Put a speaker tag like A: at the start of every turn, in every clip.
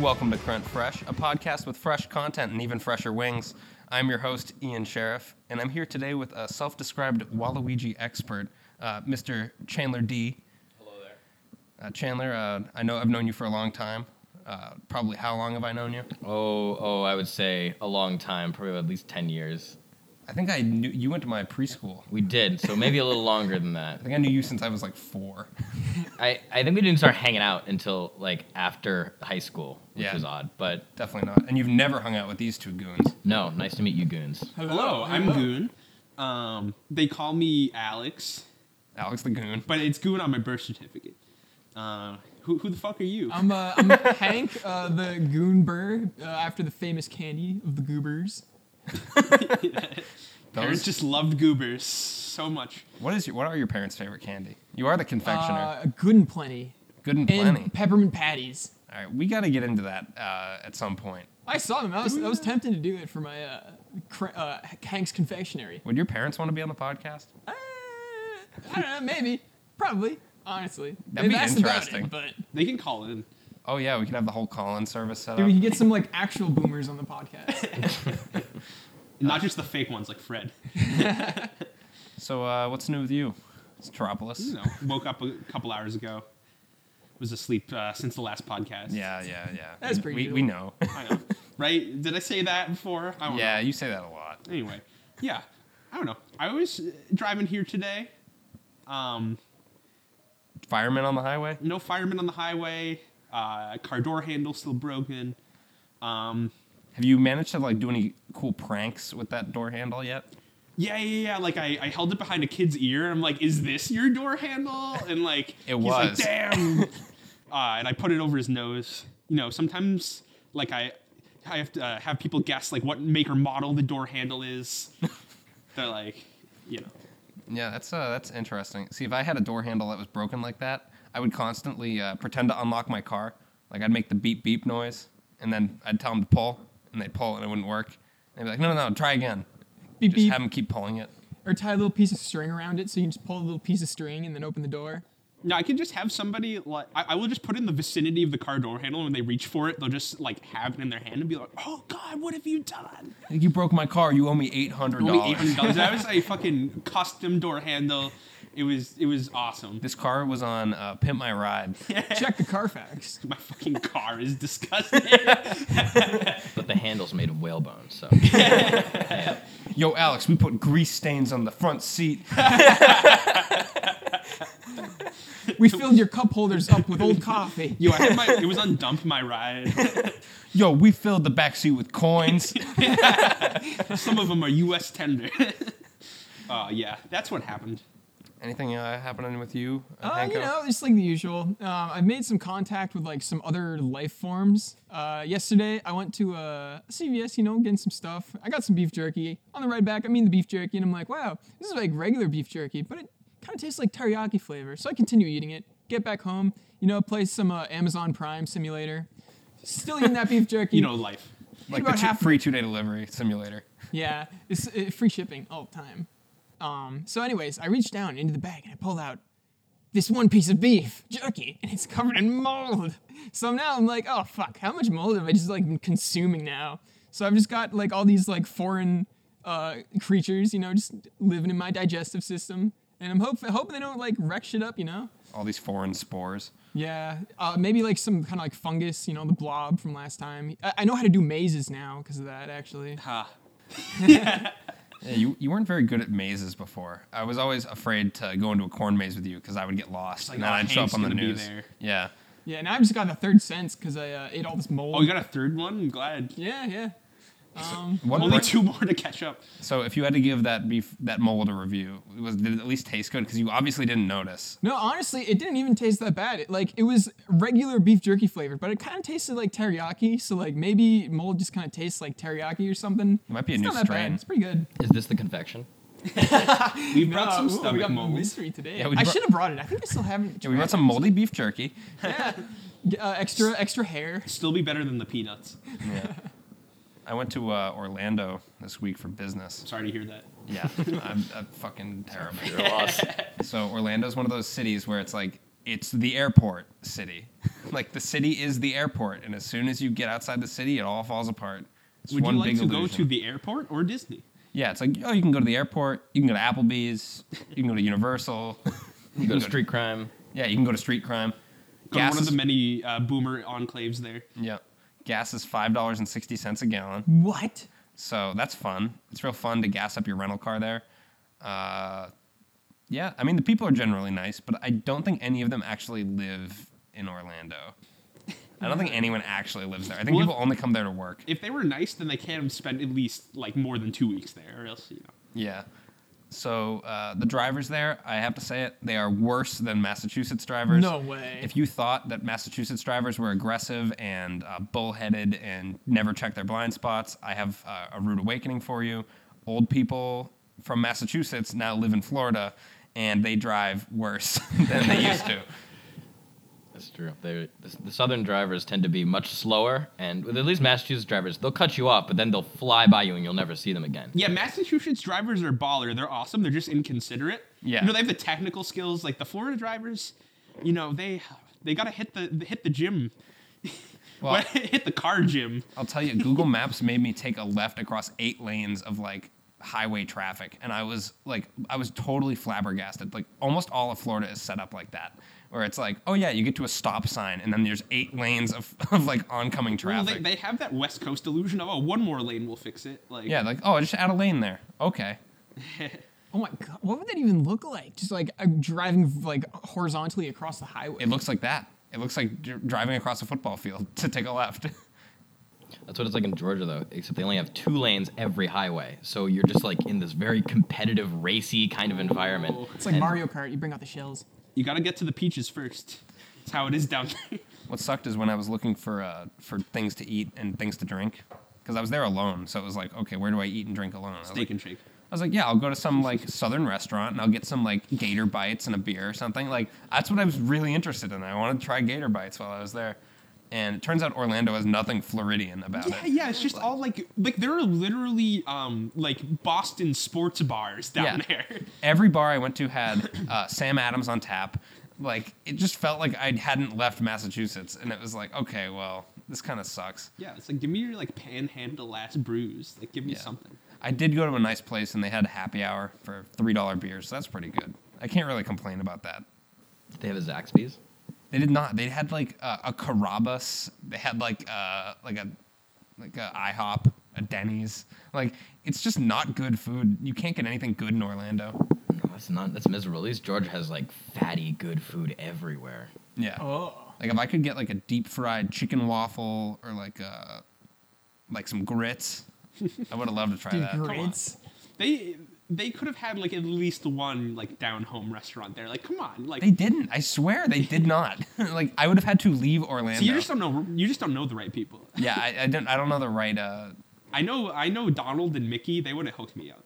A: welcome to Crunch Fresh, a podcast with fresh content and even fresher wings. I'm your host, Ian Sheriff, and I'm here today with a self described Waluigi expert, uh, Mr. Chandler D.
B: Hello there.
A: Uh, Chandler, uh, I know I've known you for a long time. Uh, probably how long have I known you?
B: Oh, oh, I would say a long time, probably at least 10 years.
A: I think I knew you went to my preschool.
B: We did, so maybe a little longer than
A: I
B: that.
A: think I knew you since I was like four.
B: I, I think we didn't start hanging out until like after high school, which
A: Yeah.
B: was odd. But
A: Definitely not. And you've never hung out with these two goons.
B: no, nice to meet you, goons.
C: Hello, I'm Goon. Um, they call me Alex,
A: Alex the goon.
C: but it's Goon on my birth certificate. Uh, who, who the fuck are you?
D: I'm, uh, I'm Hank, uh, the Goonberg, uh, after the famous candy of the Goobers.
C: Parents
A: Those-
C: just loved goobers so much.
A: What is your, what are your parents' favorite candy? You are the confectioner.
D: Uh, good and plenty.
A: Good and
D: And
A: plenty.
D: peppermint patties.
A: All right, we got to get into that uh, at some point.
D: I saw them. I was, I was tempted to do it for my uh, cr- uh, Hank's confectionery.
A: Would your parents want to be on the podcast?
D: Uh, I don't know. Maybe. Probably. Honestly.
A: That'd be
D: They've asked about
A: interesting.
D: It, but
C: They can call in.
A: Oh yeah, we could have the whole call-in service set
D: dude,
A: up.
D: we can get some like actual boomers on the podcast.
C: Not just the fake ones like Fred.
A: So uh, what's new with you, It's Teropolis?
C: You know, woke up a couple hours ago. Was asleep uh, since the last podcast.
A: Yeah, yeah, yeah.
D: That's
A: We-
D: pretty
A: We,
D: good.
A: we know.
C: I know. right? Did I say that before? I don't
A: yeah,
C: know.
A: you say that a lot.
C: Anyway, yeah. I don't know. I was uh, driving here today. Um,
A: Firemen on the highway.
C: no firemen on the highway. Uh, car door handle still broken. Um,
A: Have you managed to like do any cool pranks with that door handle yet?
C: yeah, yeah, yeah. Like I, I held it behind a kid's ear. I'm like, is this your door handle? And like,
A: It
C: he's
A: was.
C: like, damn. uh, and I put it over his nose. You know, sometimes like I, I have to uh, have people guess like what make or model the door handle is. They're like, you know,
A: Yeah, that's uh, that's interesting. See, if I had a door handle that was broken like that, I would constantly uh, pretend to unlock my car. Like I'd make the beep beep noise, and then I'd tell them to pull, and they pull, and it wouldn't work. And they'd be like, no, no, no, try again.
D: beep,
A: Just
D: beep.
A: have them keep pulling it.
D: Or tie a little piece of string around it so you can just pull a little piece of string and then open the door.
C: No, I can just have somebody like I, I will just put it in the vicinity of the car door handle, and when they reach for it, they'll just like have it in their hand and be like, "Oh God, what have you done?"
A: Like, you broke my car. You owe me eight hundred
C: Only eight
A: dollars.
C: hundred dollars. That was a fucking custom door handle. It was it was awesome.
A: This car was on uh, Pimp My Ride.
D: Check the Carfax.
C: My fucking car is disgusting.
B: But the handle's made of whalebone, so.
A: Yo, Alex, we put grease stains on the front seat.
D: We filled your cup holders up with old coffee.
C: Yo, I had my it was on dump my ride.
A: Yo, we filled the back seat with coins.
C: Some of them are U.S. tender. uh, yeah, that's what happened.
A: Anything uh, happening with you? uh,
D: Uh, you
A: Hanko?
D: know, just like the usual. Um, I've made some contact with like some other life forms. Uh, yesterday, I went to uh, CVS, you know, getting some stuff. I got some beef jerky. On the ride back, I mean the beef jerky, and I'm like, wow, this is like regular beef jerky, but it kind of tastes like teriyaki flavor. So I continue eating it. Get back home, you know, play some uh, Amazon Prime Simulator. Still eating that beef jerky.
C: You know, life.
A: like the
D: about
A: two-
D: half-
A: free two-day delivery simulator.
D: Yeah, it's uh, free shipping all the time. Um, so, anyways, I reached down into the bag and I pulled out this one piece of beef jerky, and it's covered in mold. So now I'm like, oh fuck, how much mold have I just like been consuming now? So I've just got like all these like foreign uh, creatures, you know, just living in my digestive system, and I'm hope- hoping they don't like wreck shit up, you know.
A: All these foreign spores.
D: Yeah, uh, maybe like some kind of like fungus, you know, the blob from last time. I, I know how to do mazes now because of that, actually.
C: Ha.
A: Yeah, you, you weren't very good at mazes before. I was always afraid to go into a corn maze with you because I would get lost
C: like,
A: and then
C: "Oh,
A: I'd show up
C: Hank's
A: on the
C: gonna be
A: news.
C: there."
A: Yeah.
D: Yeah, now I've just got the third sense because I uh, ate all this mold.
C: Oh, you got a third one? I'm glad.
D: yeah, yeah. Um,
A: What
C: Only
A: bra-
C: two more to catch up.
A: So if you had to give that beef that mold a review, was did it at least taste good? Because you obviously didn't notice.
D: no, honestly, it didn't even taste that bad. It, like it was regular beef jerky flavored, but it kind of tasted like teriyaki. So like maybe mold just kind of tastes like teriyaki or something.
A: It might be a
D: it's
A: new
D: not that
A: strain.
D: Bad. It's pretty good.
B: Is this the confection?
C: We brought
D: Uh,
C: some
D: ooh, we
C: stomach
D: got
C: mold.
D: mystery today.
A: Yeah, we
D: I
A: brought-
D: should have brought it. I think I still haven't.
A: Yeah, we got some moldy beef jerky.
D: uh, extra extra hair.
C: Still be better than the peanuts.
A: I went to uh, Orlando this week for business.
C: Sorry to hear that.
A: Yeah, I'm, I'm fucking terrible.
B: You're lost.
A: So Orlando's one of those cities where it's like it's the airport city. Like the city is the airport, and as soon as you get outside the city, it all falls apart. It's
C: Would
A: one
C: you like
A: big
C: to
A: illusion.
C: go to the airport or Disney?
A: yeah, it's like oh, you can go to the airport, you can go to Applebee's, you can go to Universal.
B: You go to street crime.
A: Yeah, you can go to street crime.
C: Go to
A: Gas
C: one of
A: is-
C: the many uh, boomer enclaves there.
A: Yeah. Gas is five dollars and sixty cents a gallon.
D: What?
A: So that's fun. It's real fun to gas up your rental car there. Uh, yeah, I mean the people are generally nice, but I don't think any of them actually live in Orlando. I don't think anyone actually lives there. I think
C: Well, if-
A: people only come there to work.
C: If they were nice, then they can spend at least like more than two weeks there, or else you know.
A: Yeah. So uh, the drivers there, I have to say it, they are worse than Massachusetts drivers.
D: No way.
A: If you thought that Massachusetts drivers were aggressive and uh, bullheaded and never check their blind spots, I have uh, a rude awakening for you. Old people from Massachusetts now live in Florida, and they drive worse than they used to.
B: That's true. They, the, the southern drivers tend to be much slower, and with at least Massachusetts drivers, they'll cut you off, but then they'll fly by you, and you'll never see them again.
C: Yeah, Massachusetts drivers are baller. They're awesome. They're just inconsiderate.
A: Yeah.
C: you know they have the technical skills. Like the Florida drivers, you know they they gotta hit the hit the gym,
A: Well,
C: hit the car gym.
A: I'll tell you, Google Maps made me take a left across eight lanes of like highway traffic, and I was like, I was totally flabbergasted. Like almost all of Florida is set up like that, where it's like, oh yeah, you get to a stop sign, and then there's eight lanes of, of like oncoming
C: Well,
A: traffic.
C: they, they have that West Coast illusion of oh one more lane will fix it. Like
A: yeah, like oh, just add a lane there. Okay,
D: Oh my god, what would that even look like? Just like uh, driving like horizontally across the highway.
A: it looks like that. It looks like dr- driving across a football field to take a left.
B: That's what it's like in Georgia, though, except they only have two lanes every highway. So you're just like in this very competitive, racy kind of environment.
D: it's like
B: And-
D: Mario Kart. You bring out the shells.
C: you gotta get to the peaches first. That's how it is down there.
A: what sucked is when I was looking for uh, for things to eat and things to drink, because I was there alone, so it was like, okay, where do I eat and drink alone? I was like,
C: Steak and shake.
A: I was like, yeah, I'll go to some like southern restaurant and I'll get some like gator bites and a beer or something. Like that's what I was really interested in. I wanted to try gator bites while I was there. And it turns out Orlando has nothing Floridian about
C: Yeah,
A: it.
C: yeah, it's just all like like there are literally um like Boston sports bars down
A: Yeah.
C: there.
A: Every bar I went to had uh, Sam Adams on tap. Like it just felt like I hadn't left Massachusetts and it was like, okay, well, this kind of sucks.
C: Yeah, it's like give me your like panhandle ass brews. Like give me
A: Yeah.
C: something.
A: I did go to a nice place and they had happy hour for $3 beers. So that's pretty good. I can't really complain about that.
B: They have a Zaxby's.
A: They did not. They had like uh, a Carabas. They had like uh, like a like a IHOP, a Denny's. Like it's just not good food. You can't get anything good in Orlando.
B: No, that's not. That's miserable. At least Georgia has like fatty, good food everywhere.
A: Yeah.
D: Oh.
A: Like if I could get like a deep fried chicken waffle or like uh like some grits, I would have loved to try
D: Dude,
A: that.
D: grits.
C: They they could have had like at least one like down home restaurant there. Like come on, like
A: They didn't. I swear they did not. like I would have had to leave Orlando.
C: so you just don't know you just don't know the right people.
A: yeah, I, I don't. I don't know the right. Uh,
C: I know I know Donald and Mickey. They would have hooked me up.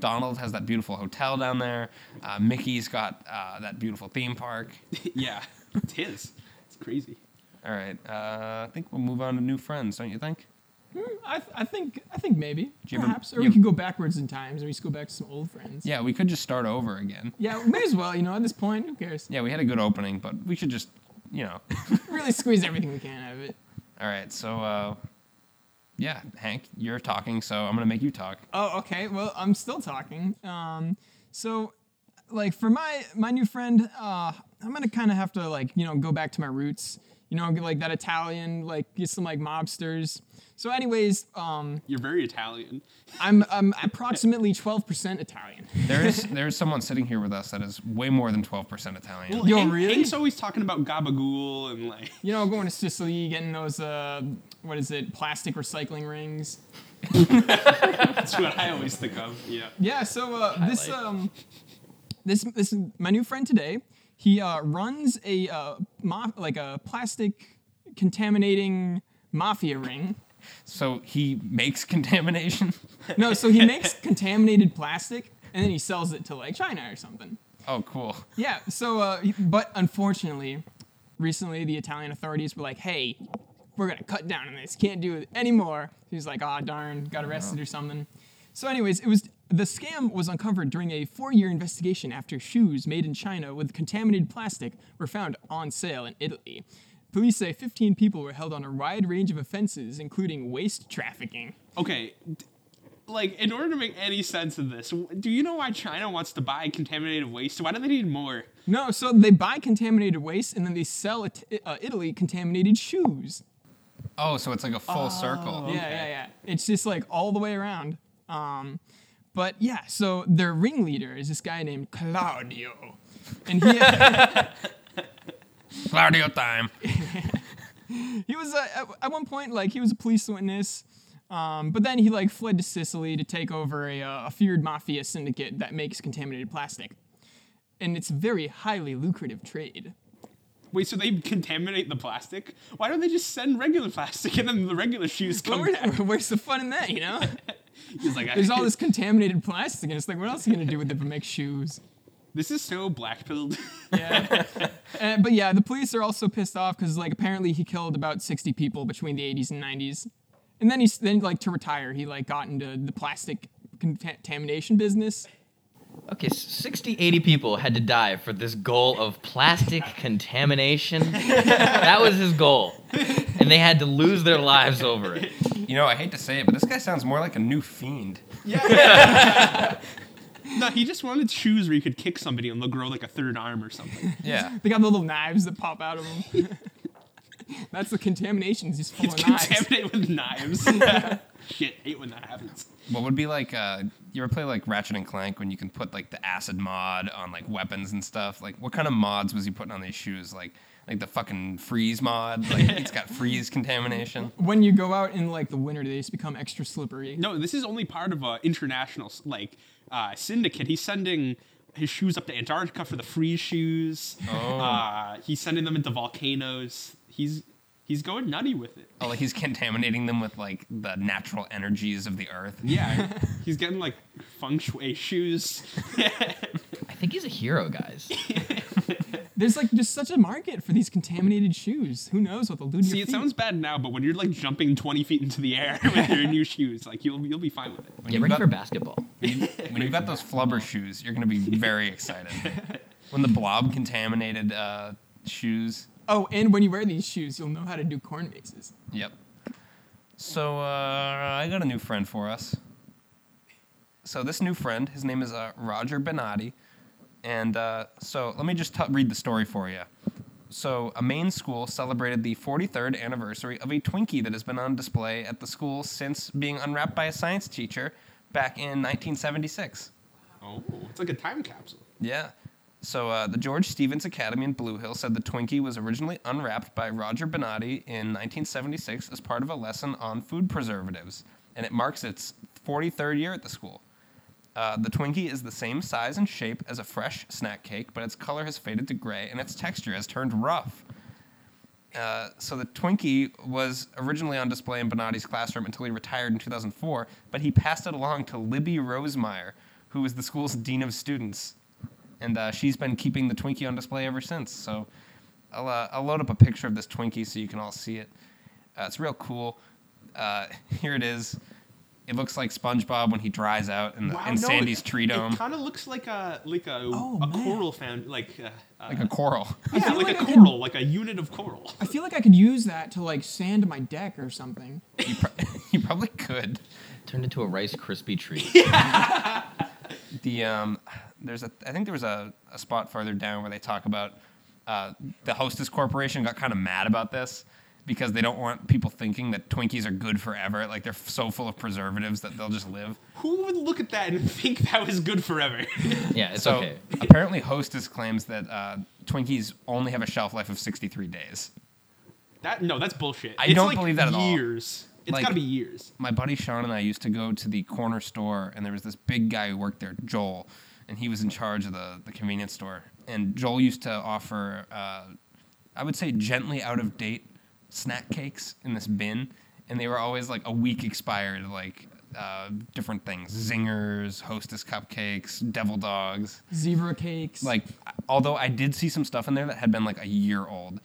A: Donald has that beautiful hotel down there. Uh, Mickey's got uh, that beautiful theme park.
C: yeah, it's his. It's crazy.
A: All right. Uh, I think we'll move on to new friends, don't you think?
D: Hmm, I, th- I think I think maybe
A: you ever-
D: perhaps, or
A: you-
D: we could go backwards in times and we just go back to some old friends.
A: Yeah, we could just start over again.
D: Yeah, we may as well. You know, at this point, who cares?
A: Yeah, we had a good opening, but we should just, you know.
D: Really squeeze everything we can out of it.
A: All right. So, uh, yeah, Hank, you're talking, so I'm gonna make you talk.
D: Oh, okay. Well, I'm still talking. Um, so, like for my my new friend, uh, I'm gonna kind of have to like you know go back to my roots. You know, get, like that Italian, like get some like mobsters. So, anyways, um,
C: You're very Italian.
D: I'm I'm approximately 12% Italian.
A: There is there is someone sitting here with us that is way more than 12% Italian.
C: Well,
D: Yo,
C: Hank-
D: really?
C: Hank's always talking about gabagool and like
D: You know, going to Sicily, getting those uh, what is it, plastic recycling rings.
C: that's what I always think of. Yeah.
D: Yeah. So uh, this
B: Highlight.
D: um, this this my new friend today. He uh, runs a uh, ma- like a plastic contaminating mafia ring.
A: So he makes contamination.
D: No, so he makes contaminated plastic and then he sells it to like China or something.
A: Oh, cool.
D: Yeah. So, uh, but unfortunately, recently the Italian authorities were like, "Hey, we're gonna cut down on this. Can't do it anymore." He's like, "Ah, darn, got arrested or something." So, anyways, it was The scam was uncovered during a four year investigation after shoes made in China with contaminated plastic were found on sale in Italy. Police say 15 people were held on a wide range of offenses, including waste trafficking.
C: Okay, d- like in order to make any sense of this, w- do you know why China wants to buy contaminated waste? Why do they need more?
D: No, so they buy contaminated waste and then they sell it, uh, Italy contaminated shoes.
A: Oh, so it's like a full circle.
D: Yeah, yeah, yeah. It's just like all the way around. Um, but yeah, so their ringleader is this guy named Claudio, and he
A: Claudio time.
D: he was uh, at- at one point like he was a police witness. Um, but then he like fled to Sicily to take over a, uh, a feared mafia syndicate that makes contaminated plastic, and it's a very highly lucrative trade.
C: Wait, so they contaminate the plastic? Why don't they just send regular plastic and then the regular shoes
D: But
C: come?
D: where, where's the fun in that, you know?
C: He's like,
D: There's all this contaminated plastic, and it's like, what else are you gonna do with it but make shoes?
C: This is so black pilled.
D: Yeah. Uh, but yeah, the police are also pissed off because like apparently he killed about 60 people between the 80s and 90s, and then he's then like to retire he like got into the plastic contamination business.
B: Okay, s- 60, 80 people had to die for this goal of plastic contamination. that was his goal. And they had to lose their lives over it.
A: You know, I hate to say it, but this guy sounds more like a new fiend.
C: no, he just wanted shoes where you could kick somebody and they'll grow like a third arm or something.
A: Yeah.
D: They got the little knives that pop out of them. That's the contaminations just full
C: It's
D: of knives.
C: contaminated with knives. Shit, hate when that happens.
A: What would be like? Uh, you ever play like Ratchet and Clank when you can put like the acid mod on like weapons and stuff? Like, what kind of mods was he putting on these shoes? Like, like the fucking freeze mod. Like, it's got freeze contamination.
D: When you go out in like the winter, they just become extra slippery.
C: No, this is only part of a international like uh, syndicate. He's sending his shoes up to Antarctica for the free shoes. Uh, he's sending them into volcanoes. He's he's going nutty with it.
A: Oh, like he's contaminating them with like the natural energies of the earth.
C: Yeah, he's getting like feng shui shoes.
B: I think he's a hero, guys.
D: There's like just such a market for these contaminated shoes. Who knows what they'll do to
C: See,
D: your
C: it
D: feet.
C: sounds bad now, but when you're like jumping 20 feet into the air with your new shoes, like you'll you'll be fine with it.
A: When
B: Get
A: you've
B: ready
A: got-
B: for basketball.
A: when you've got those flubber shoes, you're gonna be very excited. When the blob contaminated uh, shoes.
D: Oh, and when you wear these shoes, you'll know how to do corn mazes.
A: Yep. So uh, I got a new friend for us. So this new friend, his name is uh, Roger Benatti, and uh, so let me just t- read the story for you. So a Maine school celebrated the 43rd anniversary of a Twinkie that has been on display at the school since being unwrapped by a science teacher back in 1976.
C: Oh, it's like a time capsule.
A: Yeah. So uh, the George Stevens Academy in Blue Hill said the Twinkie was originally unwrapped by Roger Benatti in 1976 as part of a lesson on food preservatives, and it marks its 43rd year at the school. Uh, the Twinkie is the same size and shape as a fresh snack cake, but its color has faded to gray and its texture has turned rough. Uh, so the Twinkie was originally on display in Bonatti's classroom until he retired in 2004, but he passed it along to Libby Rosemeyer, who is the school's dean of students, and uh, she's been keeping the Twinkie on display ever since. So I'll, uh, I'll load up a picture of this Twinkie so you can all see it. Uh, it's real cool. Uh, here it is. It looks like SpongeBob when he dries out in, the, in
C: no,
A: Sandy's
C: it-
A: tree dome,
C: It kind of looks like a like a,
D: Oh,
C: a
D: man.
C: coral found like uh, uh,
A: like a coral.
D: I
C: yeah,
D: feel
C: like,
D: like
C: a
D: I could-
C: coral, like a unit of coral.
D: I feel like I could use that to like sand my deck or something.
A: you, pro- you probably could.
B: Turned into a Rice Krispie treat.
A: the um, there's a I think there was a, a spot farther down where they talk about uh, the Hostess Corporation got kind of mad about this because they don't want people thinking that Twinkies are good forever. Like they're f- so full of preservatives that they'll just live.
C: Who would look at that and think that was good forever?
B: Yeah, it's
A: so
B: okay.
A: apparently, Hostess claims that uh, Twinkies only have a shelf life of 63 days.
C: that no, that's bullshit.
A: I
C: It's
A: don't
C: like
A: believe that at all.
C: Years. It's
A: Like-
C: got to be years.
A: my buddy Sean and I used to go to the corner store, and there was this big guy who worked there, Joel, and he was in charge of the, the convenience store. And Joel used to offer, uh, I would say, gently out of date snack cakes in this bin, and they were always like a week expired, like uh, different things zingers, hostess cupcakes, devil dogs.
D: Zebra cakes.
A: Like, although I did see some stuff in there that had been like a year old,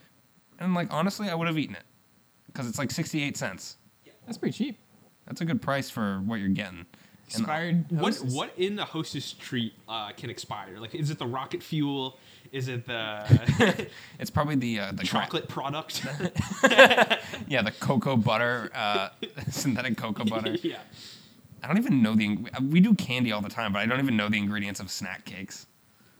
A: and like honestly, I would have eaten it because it's like 68 cents.
D: that's pretty cheap.
A: That's a good price for what you're getting. And
D: Expired.
C: What
D: hostess.
C: what in the hostess treat uh, can expire? Like, is it the rocket fuel? Is it the
A: it's probably the uh, the gra-
C: chocolate product?
A: yeah, the cocoa butter, uh, synthetic cocoa butter.
C: yeah.
A: I don't even know the ing- uh, we do candy all the time, but I don't even know the ingredients of snack cakes.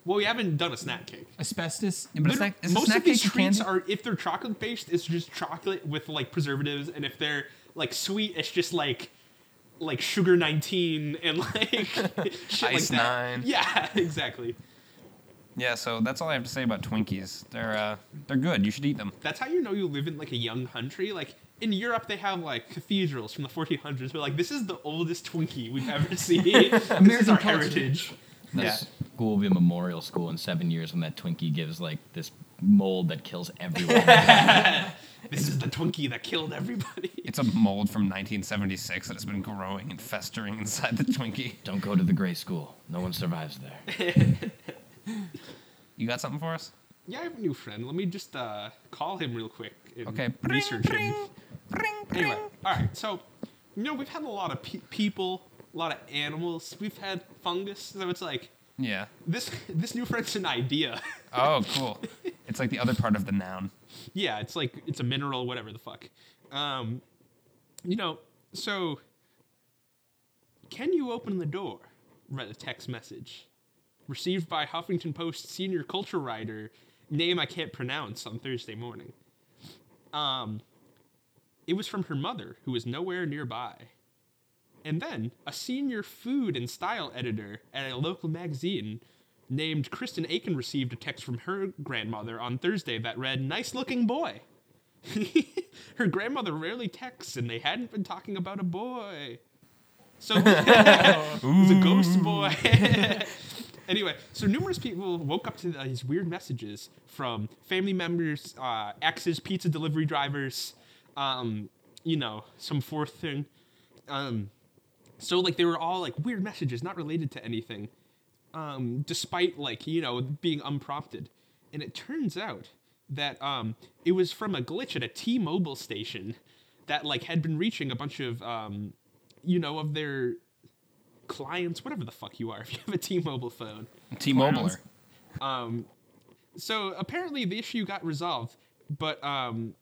C: Well, we haven't done a snack cake.
D: Asbestos.
A: Yeah, but a
C: Literally,
A: snack, is a
C: most
A: snack
C: of these
A: cake a
C: treats
A: candy?
C: are if they're chocolate based, it's just chocolate with like preservatives, and if they're like sweet, it's just like like sugar nineteen and like shit like
A: Ice
C: that.
A: Nine.
C: Yeah, exactly.
A: Yeah, so that's all I have to say about Twinkies. They're uh, they're good. You should eat them.
C: That's how you know you live in like a young country. Like in Europe, they have like cathedrals from the 1400s, but like this is the oldest Twinkie we've ever seen. this is
D: American
C: our
D: culture.
C: heritage.
B: That
A: Yeah.
B: school will be a memorial school in seven years when that Twinkie gives like this mold that kills everyone.
C: This is the Twinkie that killed everybody.
A: It's a mold from 1976 that has been growing and festering inside the Twinkie.
B: Don't go to the gray school. No one survives there.
A: You got something for us?
C: Yeah, I have a new friend. Let me just uh, call him real quick. And
A: Okay.
C: research him.
A: Pring, pring,
C: Anyway, all right. So, you know, we've had a lot of pe- people, a lot of animals. We've had fungus. So it's like
A: Yeah.
C: this. This new friend's an idea.
A: Oh, cool. It's like the other part of the noun.
C: yeah, it's like it's a mineral, whatever the fuck. Um, you know, so can you open the door? Read a text message received by Huffington Post senior culture writer, name I can't pronounce, on Thursday morning. Um, it was from her mother, who was nowhere nearby. And then a senior food and style editor at a local magazine named Kristen Aiken received a text from her grandmother on Thursday that read, Nice looking boy. her grandmother rarely texts, and they hadn't been talking about a boy. So it was a ghost boy. anyway, so numerous people woke up to these weird messages from family members, uh, exes, pizza delivery drivers, um, you know, some fourth thing. Um, so like they were all like weird messages, not related to anything, um, despite like you know being unprompted. And it turns out that um, it was from a glitch at a T-Mobile station that like had been reaching a bunch of um, you know of their clients, whatever the fuck you are, if you have a T-Mobile phone.
A: T-Mobiler.
C: So apparently the issue got resolved, but um,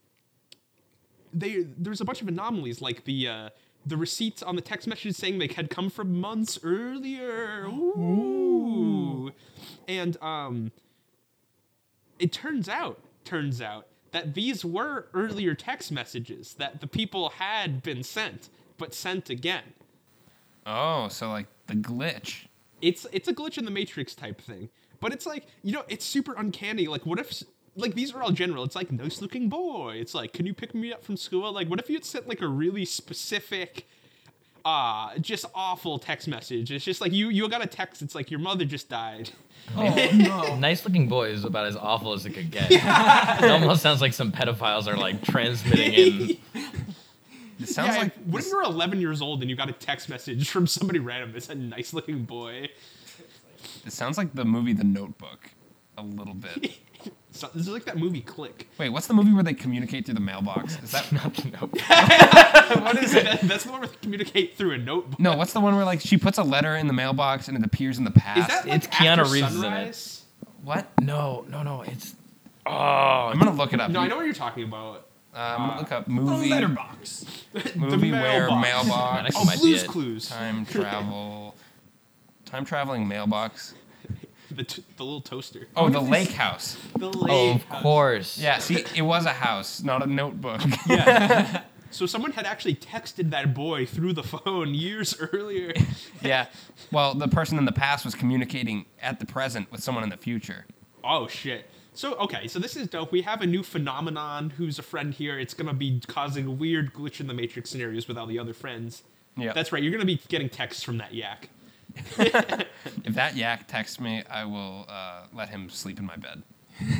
C: they there's a bunch of anomalies like the uh, the receipts on the text messages saying they had come from months earlier. Ooh. And um, it turns out turns out that these were earlier text messages that the people had been sent, but sent again.
A: Oh, so like the glitch.
C: it's it's a glitch in the matrix type thing but it's like you know it's super uncanny like what if s- like these are all general it's like nice looking boy it's like can you pick me up from school like what if you had sent like a really specific uh just awful text message it's just like you you got a text it's like your mother just died
D: Oh no.
B: Nice looking boy is about as awful as it could get. It almost sounds like some pedophiles are like transmitting in.
A: It sounds
C: yeah,
A: like
C: what if you were 11 years old and you got a text message from somebody random that said nice looking boy
A: it sounds like the movie The Notebook a little bit.
C: so, this is like that movie click
A: Wait, what's the movie where they communicate through the mailbox? Is that
B: Not the note.
C: what is it that's the one where they communicate through a notebook
A: No, what's the one where like she puts a letter in the mailbox and it appears in the past?
C: is that like
B: It's Keanu
C: after
B: Reeves in it.
C: sunrise?
A: what?
B: No, no, no. It's
A: I'm gonna look it up.
C: Oh, no i know what you're talking about
A: Uh, I'm gonna look up movie
D: Letterbox.
A: movie where
C: mailbox.
A: mailbox
B: Oh,
C: Oh,
B: might be
C: Blue's
B: it.
C: Clues.
A: time travel time traveling mailbox.
C: The, t- the little toaster.
A: Oh, the lake house.
C: The lake.
B: oh, of course.
A: Yeah, see, it was a house, not a notebook.
C: So someone had actually texted that boy through the phone years earlier.
A: yeah. Well, the person in the past was communicating at the present with someone in the future.
C: oh shit. So okay, so this is dope. We have a new phenomenon. Who's a friend here? It's gonna be causing weird glitch in the matrix scenarios with all the other friends.
A: Yeah.
C: That's right. You're gonna be getting texts from that yak.
A: If that yak texts me, I will uh, let him sleep in my bed.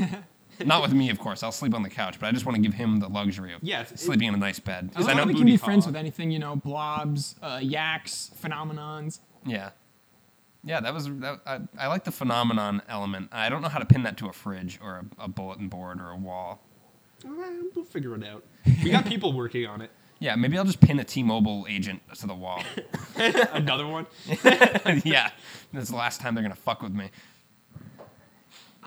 A: Not with me, of course. I'll sleep on the couch, but I just want to give him the luxury of
C: Yeah, it's-
A: sleeping in a nice bed.
D: I
A: 'Cause
D: love
A: I
D: how
A: know,
D: we can be
C: booty
D: friends
C: call.
D: with anything, you know, blobs, uh, yaks, phenomenons.
A: yeah, yeah. That was that, I, I like the phenomenon element. I don't know how to pin that to a fridge or a, a bulletin board or a wall.
C: Uh, We'll figure it out. We got people working on it.
A: Yeah, maybe I'll just pin a T-Mobile agent to the wall.
C: Another one.
A: yeah, this is the last time they're gonna fuck with me.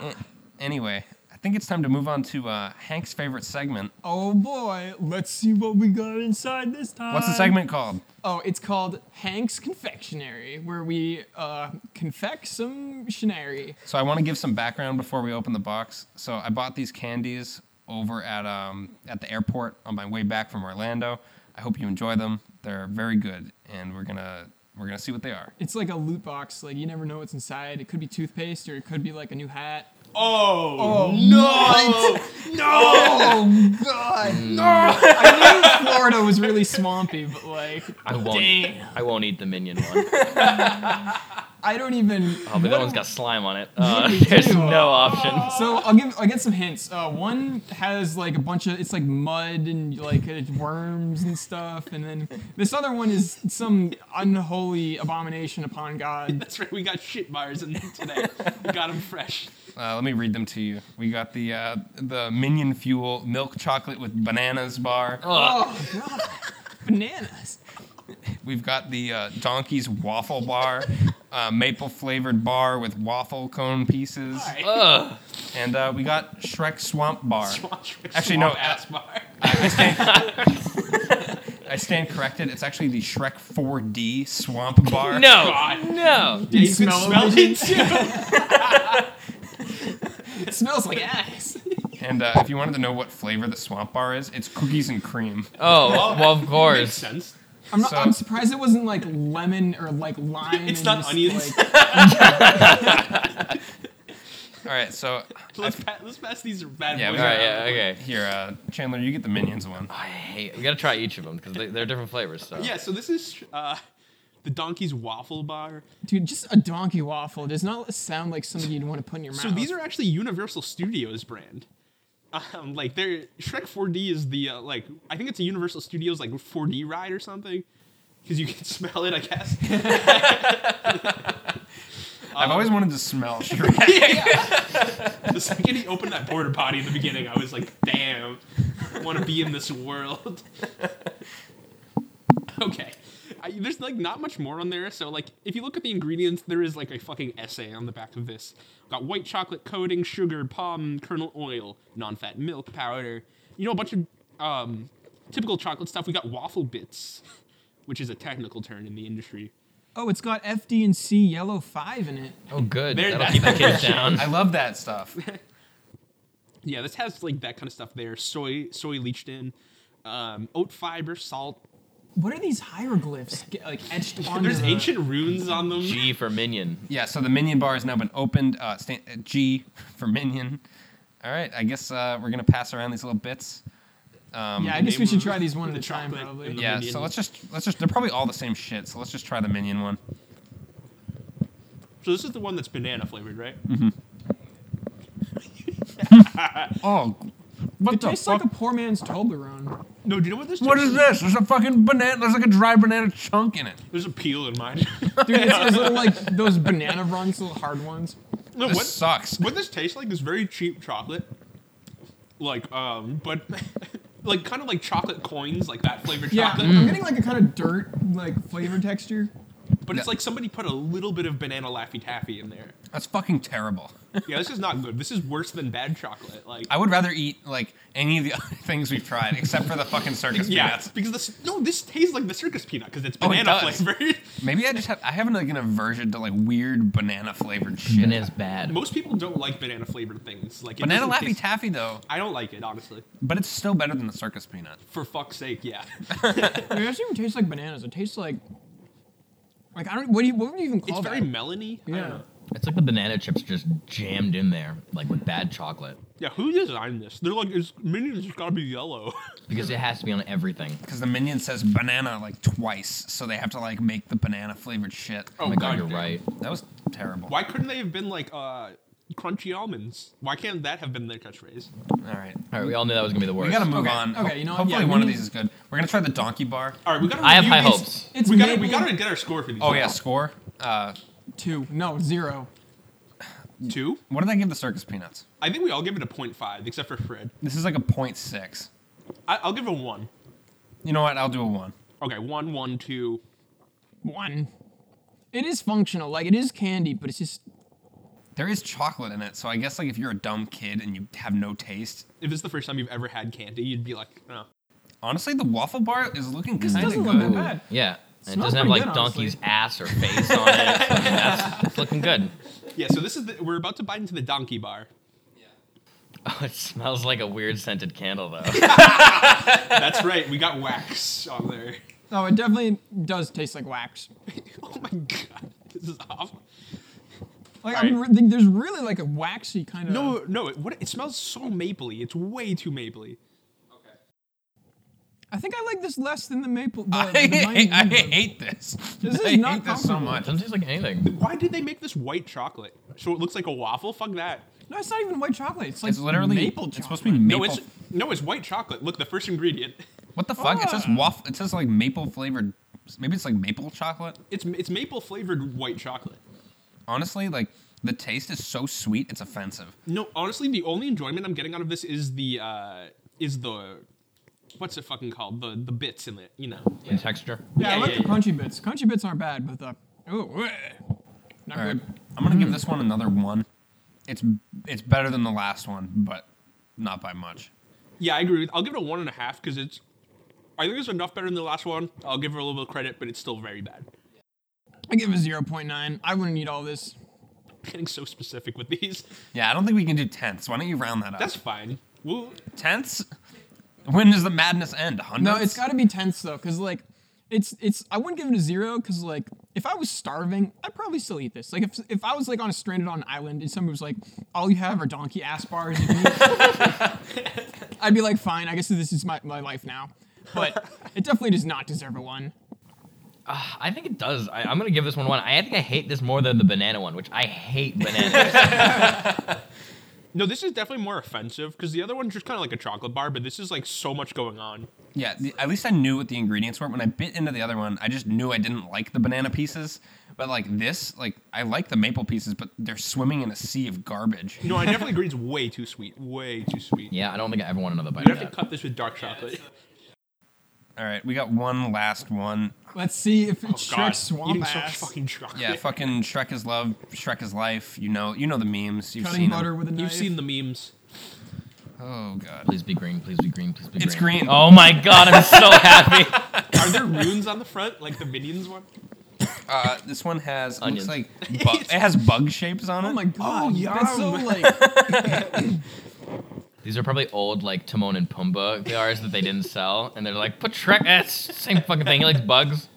A: Eh, Anyway, I think it's time to move on to uh, Hank's favorite segment.
D: Oh boy, let's see what we got inside this time.
A: What's the segment called?
D: Oh, it's called Hank's Confectionery, where we uh, confect some shenary.
A: So I want to give some background before we open the box. So I bought these candies over at um, at the airport on my way back from Orlando. I hope you enjoy them. They're very good, and we're gonna we're gonna see what they are.
D: It's like a loot box. Like you never know what's inside. It could be toothpaste, or it could be like a new hat.
C: Oh, no! Mm.
D: Oh God! No! I knew Florida was really swampy, but like,
B: I won't. I won't eat the minion one.
D: I don't even.
B: Oh, but that one's got slime on it. Uh,
D: do we
B: there's
D: do?
B: no option.
D: So I'll give I'll get some hints. Uh, one has like a bunch of it's like mud and like uh, worms and stuff, and then this other one is some unholy abomination upon God.
C: That's right. We got shit buyers in there today. We got them fresh.
A: Uh, let me read them to you. We got the uh, the Minion Fuel milk chocolate with bananas bar.
D: Oh God! Bananas.
A: We've got the uh, Donkey's waffle bar, uh, maple flavored bar with waffle cone pieces,
C: All right.
B: Ugh.
A: and uh, we got Shrek swamp bar.
C: Swamp-
A: Actually,
C: swamp
A: no,
C: Ass bar.
A: I stand corrected. It's actually the Shrek 4D swamp bar.
B: No.
C: God.
B: No.
C: Yeah, you
D: smell
C: can smell
D: it?
C: it too.
D: It smells like ass.
A: And uh, if you wanted to know what flavor the swamp bar is, it's cookies and cream.
B: Oh, well, of
C: Makes
B: course.
C: sense.
D: I'm, not,
A: So-
D: I'm surprised it wasn't like lemon or like lime.
C: It's
D: and
C: not
D: just,
C: onions.
D: like-
A: All right, so
C: Let's, pa- let's pass these bad
A: Yeah,
C: boys.
A: we-
B: All right.
C: around.
B: Yeah. Okay.
A: here, uh, Chandler, you get the minions one.
B: I hate. We gotta try each of them because they, they're different flavors. So.
C: Yeah, so this is uh, the Donkey's Waffle Bar.
D: dude, just a donkey waffle does not sound like something you'd want to put in your mouth.
C: So these are actually Universal Studios brand. Um, like they're Shrek 4D is the uh, like I think it's a Universal Studios like 4D ride or something because you can smell it I guess.
A: I've always wanted to smell Shrek.
C: the second he opened that border potty in the beginning, I was like, damn, I want to be in this world. okay. I, there's like not much more on there. So, like, if you look at the ingredients, there is like a fucking essay on the back of this. Got white chocolate coating, sugar, palm kernel oil, non fat milk powder. You know, a bunch of um, typical chocolate stuff. We got waffle bits, which is a technical term in the industry.
D: Oh, it's got F, D, and C yellow five in it.
B: Oh, good.
C: They're
B: That'll
C: not-
B: keep the kids down.
A: I love that stuff.
C: Yeah, this has like that kind of stuff there. Soy, soy leached in, um, oat fiber, salt,
D: What are these hieroglyphs get, like etched on?
C: There's ancient runes on them.
B: G for minion.
A: Yeah, so the minion bar has now been opened. Uh, sta- uh, G for minion. All right, I guess uh, we're gonna pass around these little bits. Um,
D: Yeah,
A: yeah.
D: I guess we should try
C: were-
D: these one at
C: the
D: a time,
C: chocolate
D: probably.
C: and the- Minion.
A: So let's just let's just they're probably all the same shit. So let's just try the minion one.
C: So this is the one that's banana flavored, right?
A: Oh, what
D: It tastes like a poor man's Toblerone.
C: No, do you know what this?
A: what
C: tastes
A: is
C: like?
A: this? There's a fucking banana. There's like a dry banana chunk in it.
C: There's a peel in mine.
D: Dude, it's those little like those banana runs, little hard ones.
C: no,
A: This
C: what,
A: sucks.
C: what this tastes like is very cheap chocolate. Like, um, but like kind of like chocolate coins, like that flavored
D: Yeah,
C: chocolate. Mm.
D: I'm getting like a kind of dirt like flavor texture.
C: But it's like somebody put a little bit of banana laffy taffy in there.
A: That's fucking terrible.
C: Yeah, this is not good. This is worse than bad chocolate. Like,
A: I would rather eat like any of the other things we've tried except for the fucking circus
C: yeah,
A: peanuts.
C: because this no, this tastes like the circus peanut because it's
A: Oh, it
C: banana
A: does.
C: flavored.
A: Maybe I just have I have like an aversion to like weird banana flavored shit.
B: And it's bad.
C: Most people don't like banana flavored things. Like it
A: Banana
C: doesn't
A: Laffy
C: taste-
A: Taffy though,
C: I don't like it honestly.
A: but it's still better than the circus peanut.
C: For fuck's sake, yeah.
D: I mean, it doesn't even taste like bananas. It tastes like like I don't. What do you? What would you even
C: It's
D: call that?
C: very melony. I
D: Yeah.
C: don't know.
B: It's like the banana chips just jammed in there, like with bad chocolate,
C: Yeah, who designed this? They're like, it's, minions just gotta be yellow.
B: because it has to be on everything.
A: Because the minion says banana like twice, so they have to like make the banana flavored shit.
B: Oh my god, you're right.
A: That was terrible.
C: Why couldn't they have been like uh, crunchy almonds? Why can't that have been their catchmove?
A: All right,
B: All right, we all knew that was gonna be the worst.
A: we gotta move
D: Okay,
A: on.
D: okay, you know what?
A: Hopefully
D: Yeah, we
A: one of
D: need-
A: these is good. We're gonna try the donkey bar.
C: All right, we gotta.
B: I have
C: review
B: high
C: these-
B: hopes.
D: It's
C: we gotta, we
D: maple-
C: gotta get our score for these.
A: Oh yeah, score. Uh,
D: two. No, zero.
C: two.
A: what did I give the circus peanuts?
C: I think we all give it a point five, except for Fred.
A: This is like a point six.
C: I, I'll give it a one.
A: You know what? I'll do a one.
C: Okay, one, one, two.
D: One. It is functional. Like, it is candy, but it's just.
A: There is chocolate in it, so I guess like if you're a dumb kid and you have no taste,
C: If it's the first time you've ever had candy, you'd be like, oh.
A: honestly, the waffle bar is looking kind of
D: doesn't
A: good.
D: look that bad.
B: Yeah. And it
D: Smells
B: doesn't have
D: pretty
B: like
D: good,
B: donkey's
D: honestly.
B: ass or face on it. That's it's looking good.
C: Yeah, so this is the, we're about to bite into the donkey bar.
B: Oh, it smells like a weird scented candle though.
C: That's right, we got wax on there.
D: Oh, it definitely does taste like wax.
C: Oh my god, this is awful.
D: Like,
C: All
D: I'm
C: right.
D: re- think there's really like a waxy kind of.
C: No, Oh, no, it, what, it smells so mapley. It's way too mapley.
D: I think I like this less than the maple. The,
A: I,
D: the
A: hate,
D: vine-
A: I hate this.
D: This is
A: I
D: not
A: hate this so
D: comparable.
A: much.
B: doesn't taste like anything.
C: Why did they make this white chocolate? So it looks like a waffle? Fuck that.
D: No, it's not even white chocolate. It's like
A: It's literally
D: maple chocolate.
A: It's supposed to be maple.
C: No, it's no, it's white chocolate. Look, the first ingredient.
A: what the fuck? It says
D: Ah.
A: waffle. It says like maple flavored. Maybe it's like maple chocolate.
C: It's it's maple flavored white chocolate.
A: Honestly, like the taste is so sweet, it's offensive.
C: No, honestly, the only enjoyment I'm getting out of this is the uh is the what's it fucking called? The the bits in it, you know.
B: In texture.
D: yeah, I
C: yeah,
D: like
C: yeah,
D: the
C: yeah.
D: crunchy bits. Crunchy bits aren't bad, but the ooh, eh, not
A: All right,
D: good.
A: I'm gonna
D: Mm.
A: give this one another one. It's it's better than the last one, but not by much.
C: Yeah, I agree with I'll give it a one and a half because it's I think it's enough better than the last one. I'll give her a little bit of credit, but it's still very bad.
D: I give it a 0.9. I wouldn't eat all this.
C: Getting so specific with these.
A: Yeah, I don't think we can do tenths. Why don't you round that up?
C: That's fine. Well,
A: tenths. When does the madness end? Hundreds.
D: No, it's got to be tense though, because like, it's it's. I wouldn't give it a zero because like, if I was starving, I'd probably still eat this. Like, if if I was like on a stranded on an island and someone was like, all you have are donkey ass bars, you can eat," I'd be like, fine. I guess this is my my life now. But it definitely does not deserve a one.
B: I think it does. I, I'm gonna give this one one. I think I hate this more than the banana one, which I hate bananas.
C: no, this is definitely more offensive because the other one's just kind of like a chocolate bar, but this is like so much going on.
A: Yeah, the, at least I knew what the ingredients were. When I bit into the other one, I just knew I didn't like the banana pieces. But like this, like I like the maple pieces, but they're swimming in a sea of garbage.
C: No, I definitely agree. It's way too sweet. Way too sweet.
B: yeah, I don't think I ever want another bite
C: You
B: of
C: have to
B: that.
C: cut this with dark chocolate.
A: All right, we got one last one.
D: Let's see if it
C: Oh,
D: Shrek
C: God.
D: swamp
C: Eating so much
D: ass.
C: fucking chocolate.
A: Yeah, fucking Shrek is love, Shrek is life. You know, you know the memes. You've
D: cutting
A: seen
D: butter with a knife.
C: You've seen the memes.
A: Them. Oh god.
B: Please be green. Please be green. Please be green.
A: It's green.
B: Oh my god, I'm so happy.
C: Are there runes on the front, like the minions one?
A: Uh, this one has
B: Onions.
A: looks like bu- it has bug shapes on it.
D: Oh my god!
C: yum.
D: That's so like.
B: These are probably old like Timon and Pumbaa VRs that they didn't sell, and they're like, put Shrek. eh, it's the same fucking thing. He likes bugs.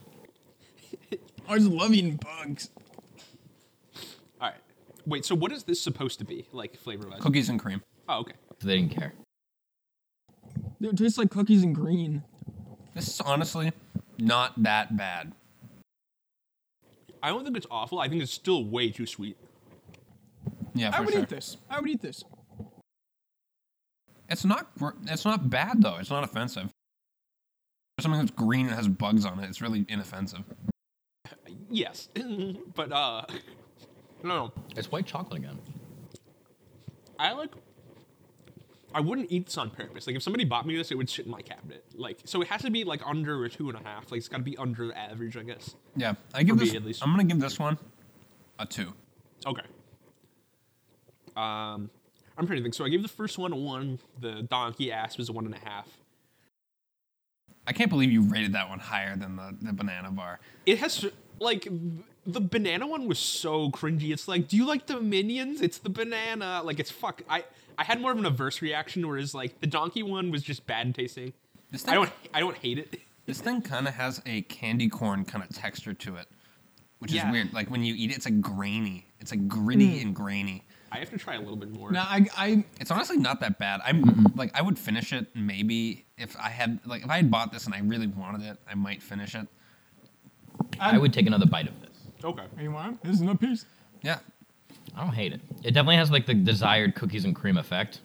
D: I just love eating bugs.
C: All right. Wait. So what is this supposed to be, like flavor wise?
A: Cookies and cream.
C: Oh, okay.
B: They didn't care.
D: It tastes like cookies and green.
A: This is honestly not that bad.
C: I don't think it's awful. I think it's still way too sweet.
A: Yeah, for
D: I would
A: sure.
D: eat this. I would eat this.
A: It's not. gr- It's not bad though. It's not offensive. For something that's green and has bugs on it, it's really inoffensive.
C: Yes, but uh, no, no.
B: It's white chocolate again.
C: I like. I wouldn't eat this on purpose. Like if somebody bought me this, it would sit in my cabinet. Like so, it has to be like under a two and a half. Like it's got to be under average, I guess.
A: Yeah, I give
C: me,
A: this.
C: at least.
A: I'm gonna give this one a two.
C: Okay. Um, I'm trying to think. So I gave the first one a one. The donkey ass was a one and a half.
A: I can't believe you rated that one higher than the, the banana bar.
C: It has like the banana one was so cringy. It's like, do you like the minions? It's the banana. Like it's fuck. I I had more of an averse reaction, whereas like the donkey one was just bad tasting.
A: This
C: I
A: thing,
C: don't I don't hate it.
A: this thing kind of has a candy corn kind of texture to it, which
C: Yeah.
A: is weird. Like when you eat it, it's like grainy. It's like gritty and grainy.
C: I have to try a little bit more.
D: Now I, I
A: It's honestly not that bad. I'm like I would finish it maybe if I had like if I had bought this and I really wanted it, I might finish it.
B: I would take another bite of this.
C: Okay.
D: You want? This is another piece.
A: Yeah,
B: I don't hate it. It definitely has like the desired cookies and cream effect.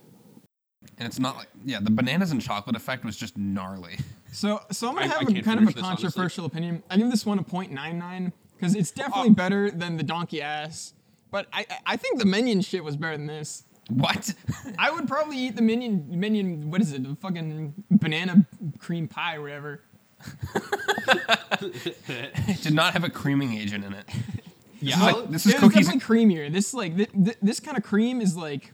A: And it's not like yeah, the bananas and chocolate effect was just gnarly.
D: So, so I'm gonna
C: I- I
D: have a
C: can't
D: kind of
C: finish
D: a
C: this, honestly.
D: controversial opinion. I give this one a 0.99 because it's definitely
C: Oh.
D: better than the donkey ass. But I, I- I think the minion shit was better than this.
A: What?
D: I would probably eat the minion minion. What is it? The fucking banana cream pie, or whatever.
A: It did not have a creaming agent in it.
C: yeah,
A: It's
C: I'll-
A: like, this
D: yeah,
A: is
D: it's
A: cookies.
D: definitely creamier. This like th- th- this kind of cream is like,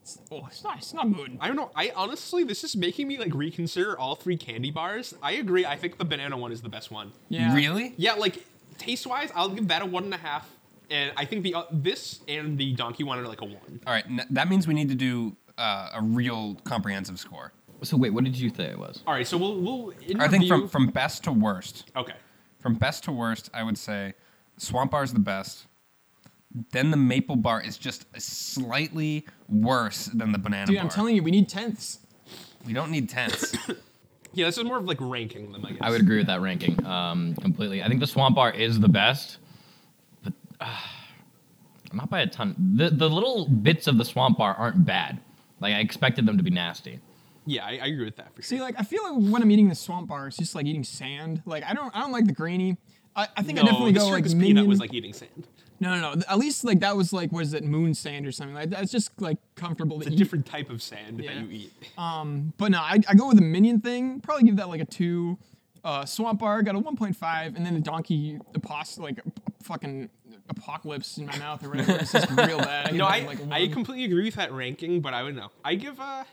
D: it's- oh, it's not, it's not good.
C: I don't know. I honestly, this is making me like reconsider all three candy bars. I agree. I think the banana one is the best one.
D: Yeah.
A: Really?
C: Yeah, like taste wise, I'll give that a one and a half. And I think the uh, this and the donkey one are like a one.
A: All right. N- that means we need to do uh, a real comprehensive score.
B: So wait, what did you say it was?
C: All right, so we'll we'll. In
A: I think from,
C: review-
A: from best to worst.
C: okay.
A: From best to worst, I would say Swamp Bar is the best. Then the Maple Bar is just slightly worse than the Banana
D: Dude,
A: Bar.
D: I'm telling you, we need tenths.
A: we don't need tenths.
C: Yeah, this is more of like ranking them. I guess.
B: I would agree with that ranking um, completely. I think the Swamp Bar is the best, but uh, not by a ton. The, the little bits of the Swamp Bar aren't bad. Like, I expected them to be nasty.
C: Yeah, I, I agree with that for
D: See,
C: sure.
D: like I feel like when I'm eating the swamp bar, it's just like eating sand. Like I don't, I don't like the grainy. I, I think I definitely
C: this
D: go like
C: Shrinkus
D: minion.
C: peanut was like eating sand.
D: no, no, no. At least like that was like what is it, moon sand or something like that. It's just like comfortable
C: It's
D: to
C: a
D: eat.
C: different type of sand
D: Yeah.
C: that you eat.
D: But no, I, I go with the minion thing. Probably give that like a two. Uh, Swamp Bar got a 1.5, and then the donkey, the pos, like a fucking apocalypse in my mouth or whatever. It's just real bad. give
C: no,
D: that,
C: I
D: like, a
C: I
D: one.
C: completely agree with that ranking, but I would know. I give uh,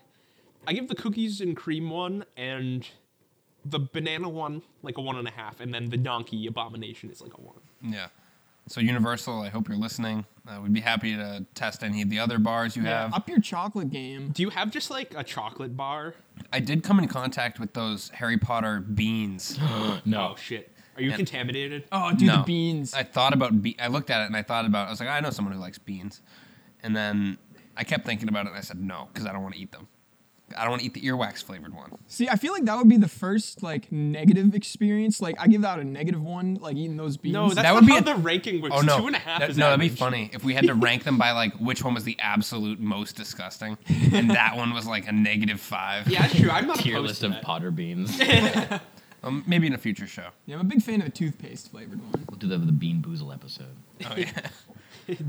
C: I give the cookies and cream one and the banana one like a one and a half, and then the donkey abomination is like a one.
A: yeah. So Universal, I hope you're listening. Uh, we'd be happy to test any of the other bars you
D: Yeah,
A: have.
D: up your chocolate game.
C: Do you have just like a chocolate bar?
A: I did come in contact with those Harry Potter beans.
C: Oh shit, are you contaminated?
D: Oh, dude,
A: No.
D: the beans.
A: I thought about be- I looked at it and I thought about it. I was like, I know someone who likes beans. And then I kept thinking about it and I said no because I don't want to eat them. I don't want to eat the earwax flavored one.
D: See, I feel like that would be the first like negative experience. Like I give out a negative one, like eating those beans.
C: No, that's
A: That
C: not
A: would be
C: how
A: a-
C: the ranking works.
A: Oh no,
C: two and a half
A: That-
C: is
A: no, that'd be
C: average.
A: funny if we had to rank them by like which one was the absolute most disgusting, and that one was like a negative five.
C: Yeah, that's true. I'm not
B: Tier
C: opposed
B: list
C: to
B: of
C: that.
B: Potter beans.
A: um, maybe in a future show.
D: yeah, I'm a big fan of the toothpaste flavored one.
B: we'll do the, the Bean Boozle episode.
A: Oh yeah.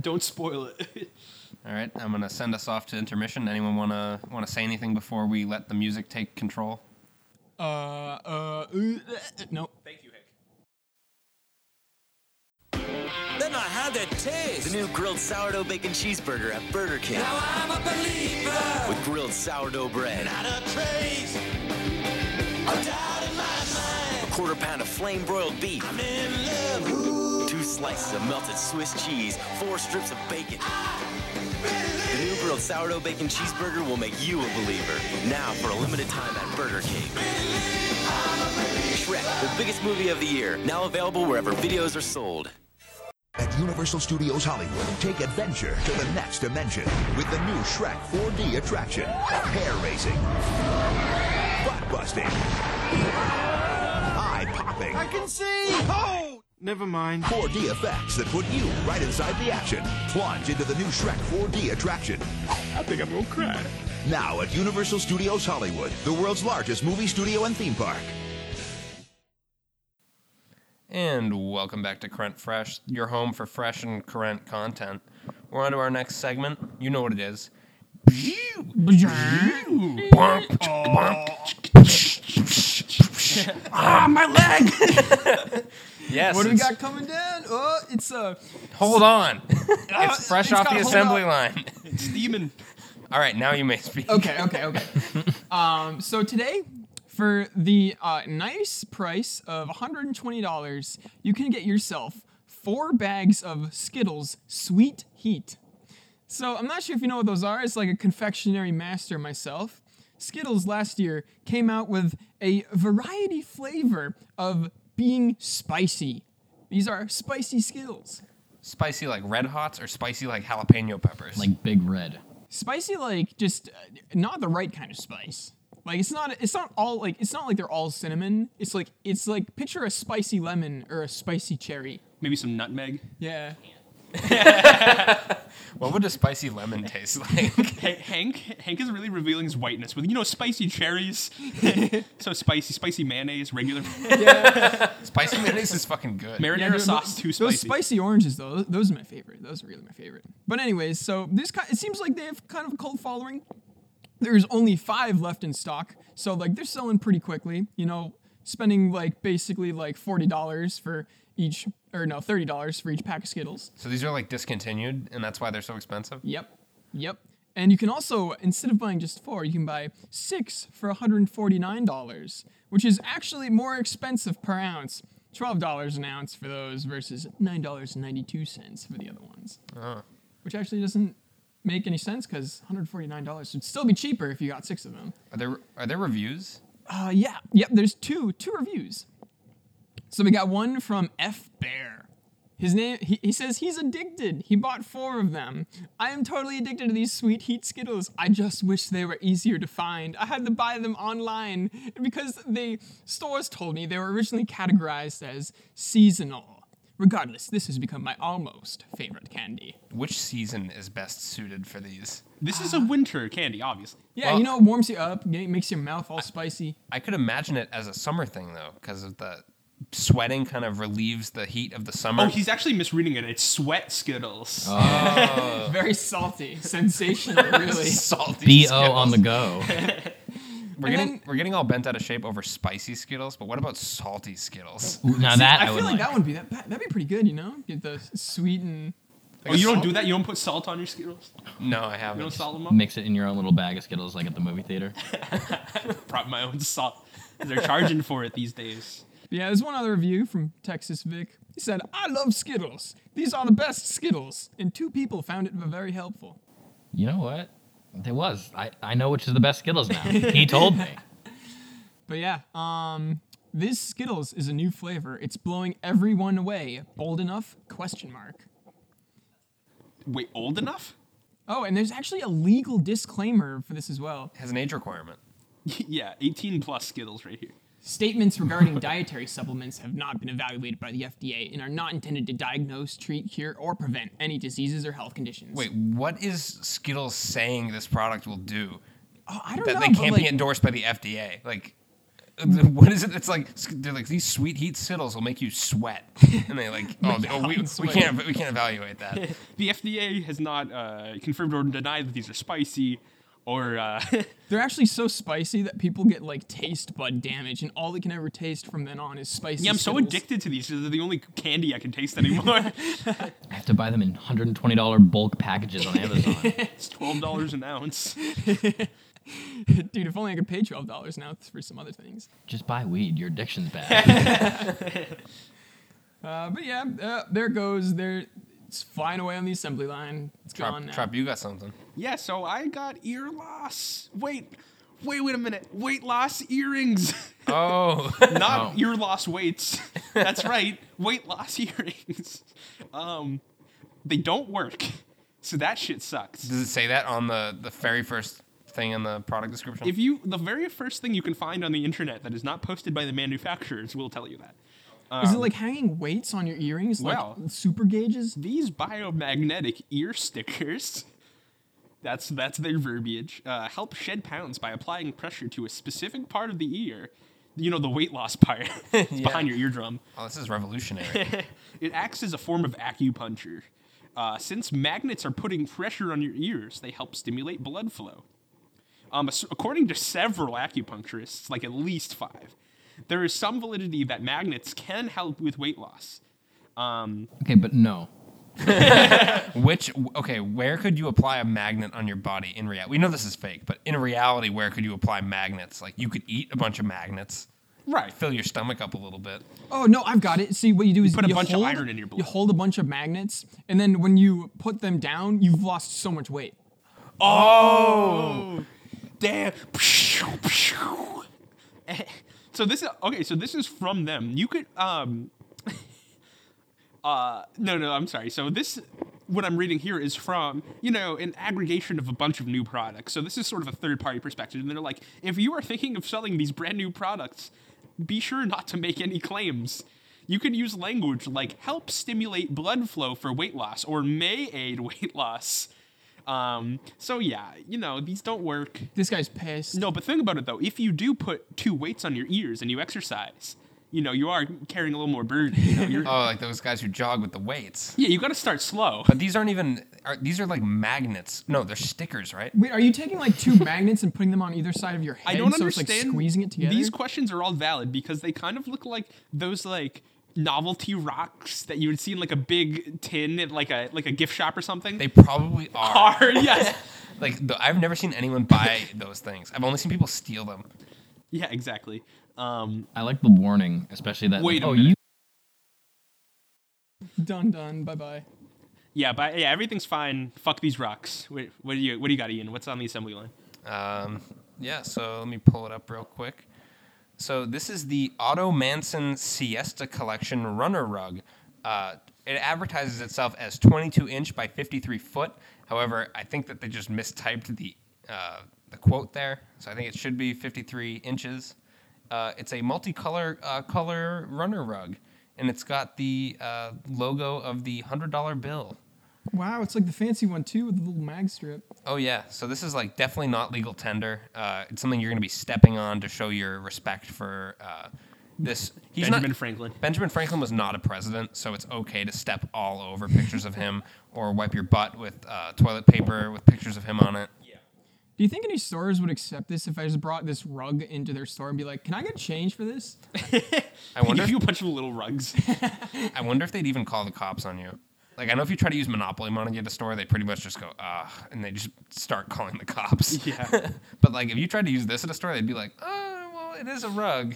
C: Don't spoil it.
A: All right, I'm gonna send us off to intermission. Anyone wanna wanna say anything before we let the music take control?
D: Uh, uh, uh, no.
C: Thank you, Hick.
E: Then I had that taste.
F: The new grilled sourdough bacon cheeseburger at Burger King.
E: Now I'm a believer.
F: With grilled sourdough bread,
E: Not a trace. A doubt in my
F: a
E: mind.
F: quarter pound of flame broiled beef,
E: I'm in love. Ooh,
F: two slices of melted Swiss cheese, four strips of bacon. The new grilled sourdough bacon cheeseburger will make you a believer. Now for a limited time at Burger King. Shrek, the biggest movie of the year, now available wherever videos are sold.
G: At Universal Studios Hollywood, take adventure to the next dimension with the new Shrek 4D attraction. Hair raising, butt busting, eye popping. I can see! Oh! Never mind. 4D effects that put you right inside the action. Plunge into the new Shrek 4D attraction. I think I'm gonna cry. Now at Universal Studios Hollywood, the world's largest movie studio and theme park.
A: And welcome back to Current Fresh, your home for fresh and current content. We're on to our next segment. You know what it is. ah, my leg! yes.
D: What do we
A: it's-
D: got coming down? Oh, it's uh,
A: Hold on. It's fresh
D: it's
A: off
D: got
A: the
D: hold
A: assembly
D: up.
A: line.
C: It's demon.
A: All right, now you may speak.
D: okay, okay, okay. um, so today, for the uh, nice price of $120, you can get yourself four bags of Skittles Sweet Heat. So I'm not sure if you know what those are. It's like a confectionery master myself. Skittles last year came out with a variety flavor of being spicy. These are spicy Skittles.
A: Spicy like red hots or spicy like jalapeno peppers?
B: Like Big Red.
D: spicy like just uh, not the right kind of spice like it's not it's not all like it's not like they're all cinnamon it's like it's like picture a spicy lemon or a spicy cherry
C: Maybe some nutmeg.
D: yeah
A: what would a spicy lemon taste like?
C: Ha- Hank Hank is really revealing his whiteness with you know spicy cherries. so spicy, spicy mayonnaise, regular
A: spicy mayonnaise is fucking good.
C: marinara
D: Yeah, dude,
C: sauce,
D: those-
C: too
D: Those
C: spicy.
D: spicy oranges, though, those are my favorite. Those are really my favorite. But anyways, so this ki it seems like they have kind of a cult following. There's only five left in stock, so like they're selling pretty quickly. You know, spending like basically like forty dollars for each, or no, thirty dollars for each pack of Skittles.
A: So these are like discontinued, and that's why they're so expensive.
D: Yep. Yep. And you can also, instead of buying just four, you can buy six for $149, which is actually more expensive per ounce. $12 an ounce for those versus $9.92 for the other ones. Which actually doesn't make any sense because $149 would still be cheaper if you got six of them.
A: Are there are there reviews?
D: Uh, yeah, yep. There's two two reviews. So we got one from F Bear. His name he, he says he's addicted. He bought four of them. I am totally addicted to these sweet heat Skittles. I just wish they were easier to find. I had to buy them online because the stores told me they were originally categorized as seasonal. Regardless, this has become my almost favorite candy.
A: Which season is best suited for these?
C: This is a winter candy, obviously.
D: Yeah,
A: Well-
D: you know, it warms you up, ma- makes your mouth all spicy.
A: I could imagine it as a summer thing though, because of the sweating kind of relieves the heat of the summer.
C: Oh, he's actually misreading it. It's sweat Skittles.
D: Very salty, sensational, really.
A: salty.
B: B O
A: Skittles.
B: on the go.
A: We're getting
D: then-
A: we're getting all bent out of shape over spicy Skittles, but what about salty Skittles?
B: Ooh, now that
D: I,
B: I,
D: feel
B: would
D: like,
B: like.
D: that would be that. That'd be pretty good, you know. Get the sweet and
C: oh, you don't do that? You don't put salt on your Skittles? You
A: No, I haven't.
C: don't salt them up?
B: Mix it in your own little bag of Skittles, like at the movie theater.
C: Brought my own salt. They're charging for it these days.
D: yeah. There's one other review from Texas Vic. He said, "I love Skittles. These are the best Skittles." And two people found it very helpful.
B: You know what? There was. I, I know which is the best Skittles now. He told me.
D: But yeah, um, this Skittles is a new flavor. It's blowing everyone away. Bold enough? Question mark.
C: Wait, old enough?
D: Oh, and there's actually a legal disclaimer for this as well.
A: Has an age requirement.
C: yeah, 18 plus Skittles right here.
D: Statements regarding dietary supplements have not been evaluated by the FDA and are not intended to diagnose, treat, cure, or prevent any diseases or health conditions.
A: Wait, what is Skittles saying this product will do
D: Oh, I don't
A: that
D: know.
A: they
D: but,
A: can't be
D: like,
A: endorsed by the FDA? Like, what is it? It's like they're like these sweet heat Skittles will make you sweat, and they like, oh, oh, we, we
D: sweat. Oh,
A: can't we can't evaluate that.
C: The FDA has not uh, confirmed or denied that these are spicy or. Uh,
D: They're actually so spicy that people get like taste bud damage, and all they can ever taste from then on is spicy.
C: yeah, I'm so
D: Skittles.
C: addicted to these. They're the only candy I can taste anymore.
B: I have to buy them in $120 bulk packages on Amazon.
C: it's $12 an ounce.
D: Dude, if only I could pay twelve dollars now for some other things.
B: Just buy weed. Your addiction's bad.
D: Uh, but yeah, uh, there it goes. There, it's flying away on the assembly line. It's gone
A: Trap,
D: now.
A: Trap, you got something.
C: Yeah, so I got ear loss. Wait, wait, wait a minute. Weight loss earrings.
A: Oh,
C: Not
B: Oh.
C: ear loss weights. That's right. Weight loss earrings. Um, they don't work. So that shit sucks.
A: does it say that on the the very first thing in the product description?
C: If you the very first thing you can find on the internet that is not posted by the manufacturers will tell you that.
D: Is it like hanging weights on your earrings, like
C: um, Well-
D: super gauges?
C: These biomagnetic ear stickers that's that's their verbiage. Uh, help shed pounds by applying pressure to a specific part of the ear. You know, the weight loss part. it's behind your eardrum.
A: oh, this is revolutionary.
C: It acts as a form of acupuncture. Uh, since magnets are putting pressure on your ears, they help stimulate blood flow. Um, as- according to several acupuncturists, like at least five, there is some validity that magnets can help with weight loss.
B: okay, but no.
A: Which okay, where could you apply a magnet on your body in reality? We know this is fake, but in reality, where could you apply magnets? Like you could eat a bunch of magnets,
C: Right.
A: fill your stomach up a little bit.
D: Oh no, I've got it. See, what you do is
C: put a
D: you
C: bunch of
D: hold,
C: iron in your blood.
D: You hold a bunch of magnets, and then when you put them down, you've lost so much weight.
C: Damn. So this is okay. So this is from them. You could um. Uh no no I'm sorry. So this what I'm reading here is from you know an aggregation of a bunch of new products. So this is sort of a third party perspective, and they're like, if you are thinking of selling these brand new products, be sure not to make any claims. You can use language like help stimulate blood flow for weight loss or may aid weight loss. Um,
A: Mm-hmm.
C: so yeah, you know these don't work.
D: This guy's pissed.
C: No, but think about it though. If you do put two weights on your ears and you exercise, you know, you are carrying a little more burden. You know? You're,
A: Oh, like those guys who jog with the weights.
C: yeah, you got to start slow.
A: But these aren't even. Are, these are like magnets. No, they're stickers, right?
D: Wait, are you taking like two magnets and putting them on either side of your head?
C: I don't
D: so
C: understand.
D: It's like squeezing it together.
C: These questions are all valid because they kind of look like those like novelty rocks that you would see in like a big tin at like a like a gift shop or something.
A: They probably are.
C: are yes.
A: Like the, I've never seen anyone buy those things. I've only seen people steal them.
C: yeah, exactly. Um,
B: I like the warning, especially that. like,
C: Wait a
B: oh,
C: minute.
B: you
D: done, done. Bye bye.
C: yeah, but yeah, everything's fine. Fuck these rocks. What, what do you what do you got, Ian? What's on the assembly line?
A: Um, yeah, so let me pull it up real quick. So this is the Otto Manson Siesta Collection Runner Rug. Uh, it advertises itself as 22 inch by 53 foot. However, I think that they just mistyped the uh, the quote there, so I think it should be 53 inches. Uh, it's a multicolor uh, color runner rug, and it's got the uh, logo of the hundred dollar bill.
D: Wow, it's like the fancy one too with the little mag strip.
A: Oh yeah, so this is like definitely not legal tender. Uh, it's something you're going to be stepping on to show your respect for uh, this. He's
C: Benjamin
A: not,
C: Franklin.
A: Benjamin Franklin was not a president, so it's okay to step all over pictures of him or wipe your butt with uh, toilet paper with pictures of him on it.
D: Do you think any stores would accept this if I just brought this rug into their store and be like, "Can I get change for this?"
A: I
C: They
A: wonder.
C: give you a
A: If,
C: bunch of little rugs.
A: I wonder if they'd even call the cops on you. Like I know if you try to use Monopoly money at a store, they pretty much just go ah, and they just start calling the cops.
C: Yeah.
A: but like if you tried to use this at a store, they'd be like, oh, well, it is a rug.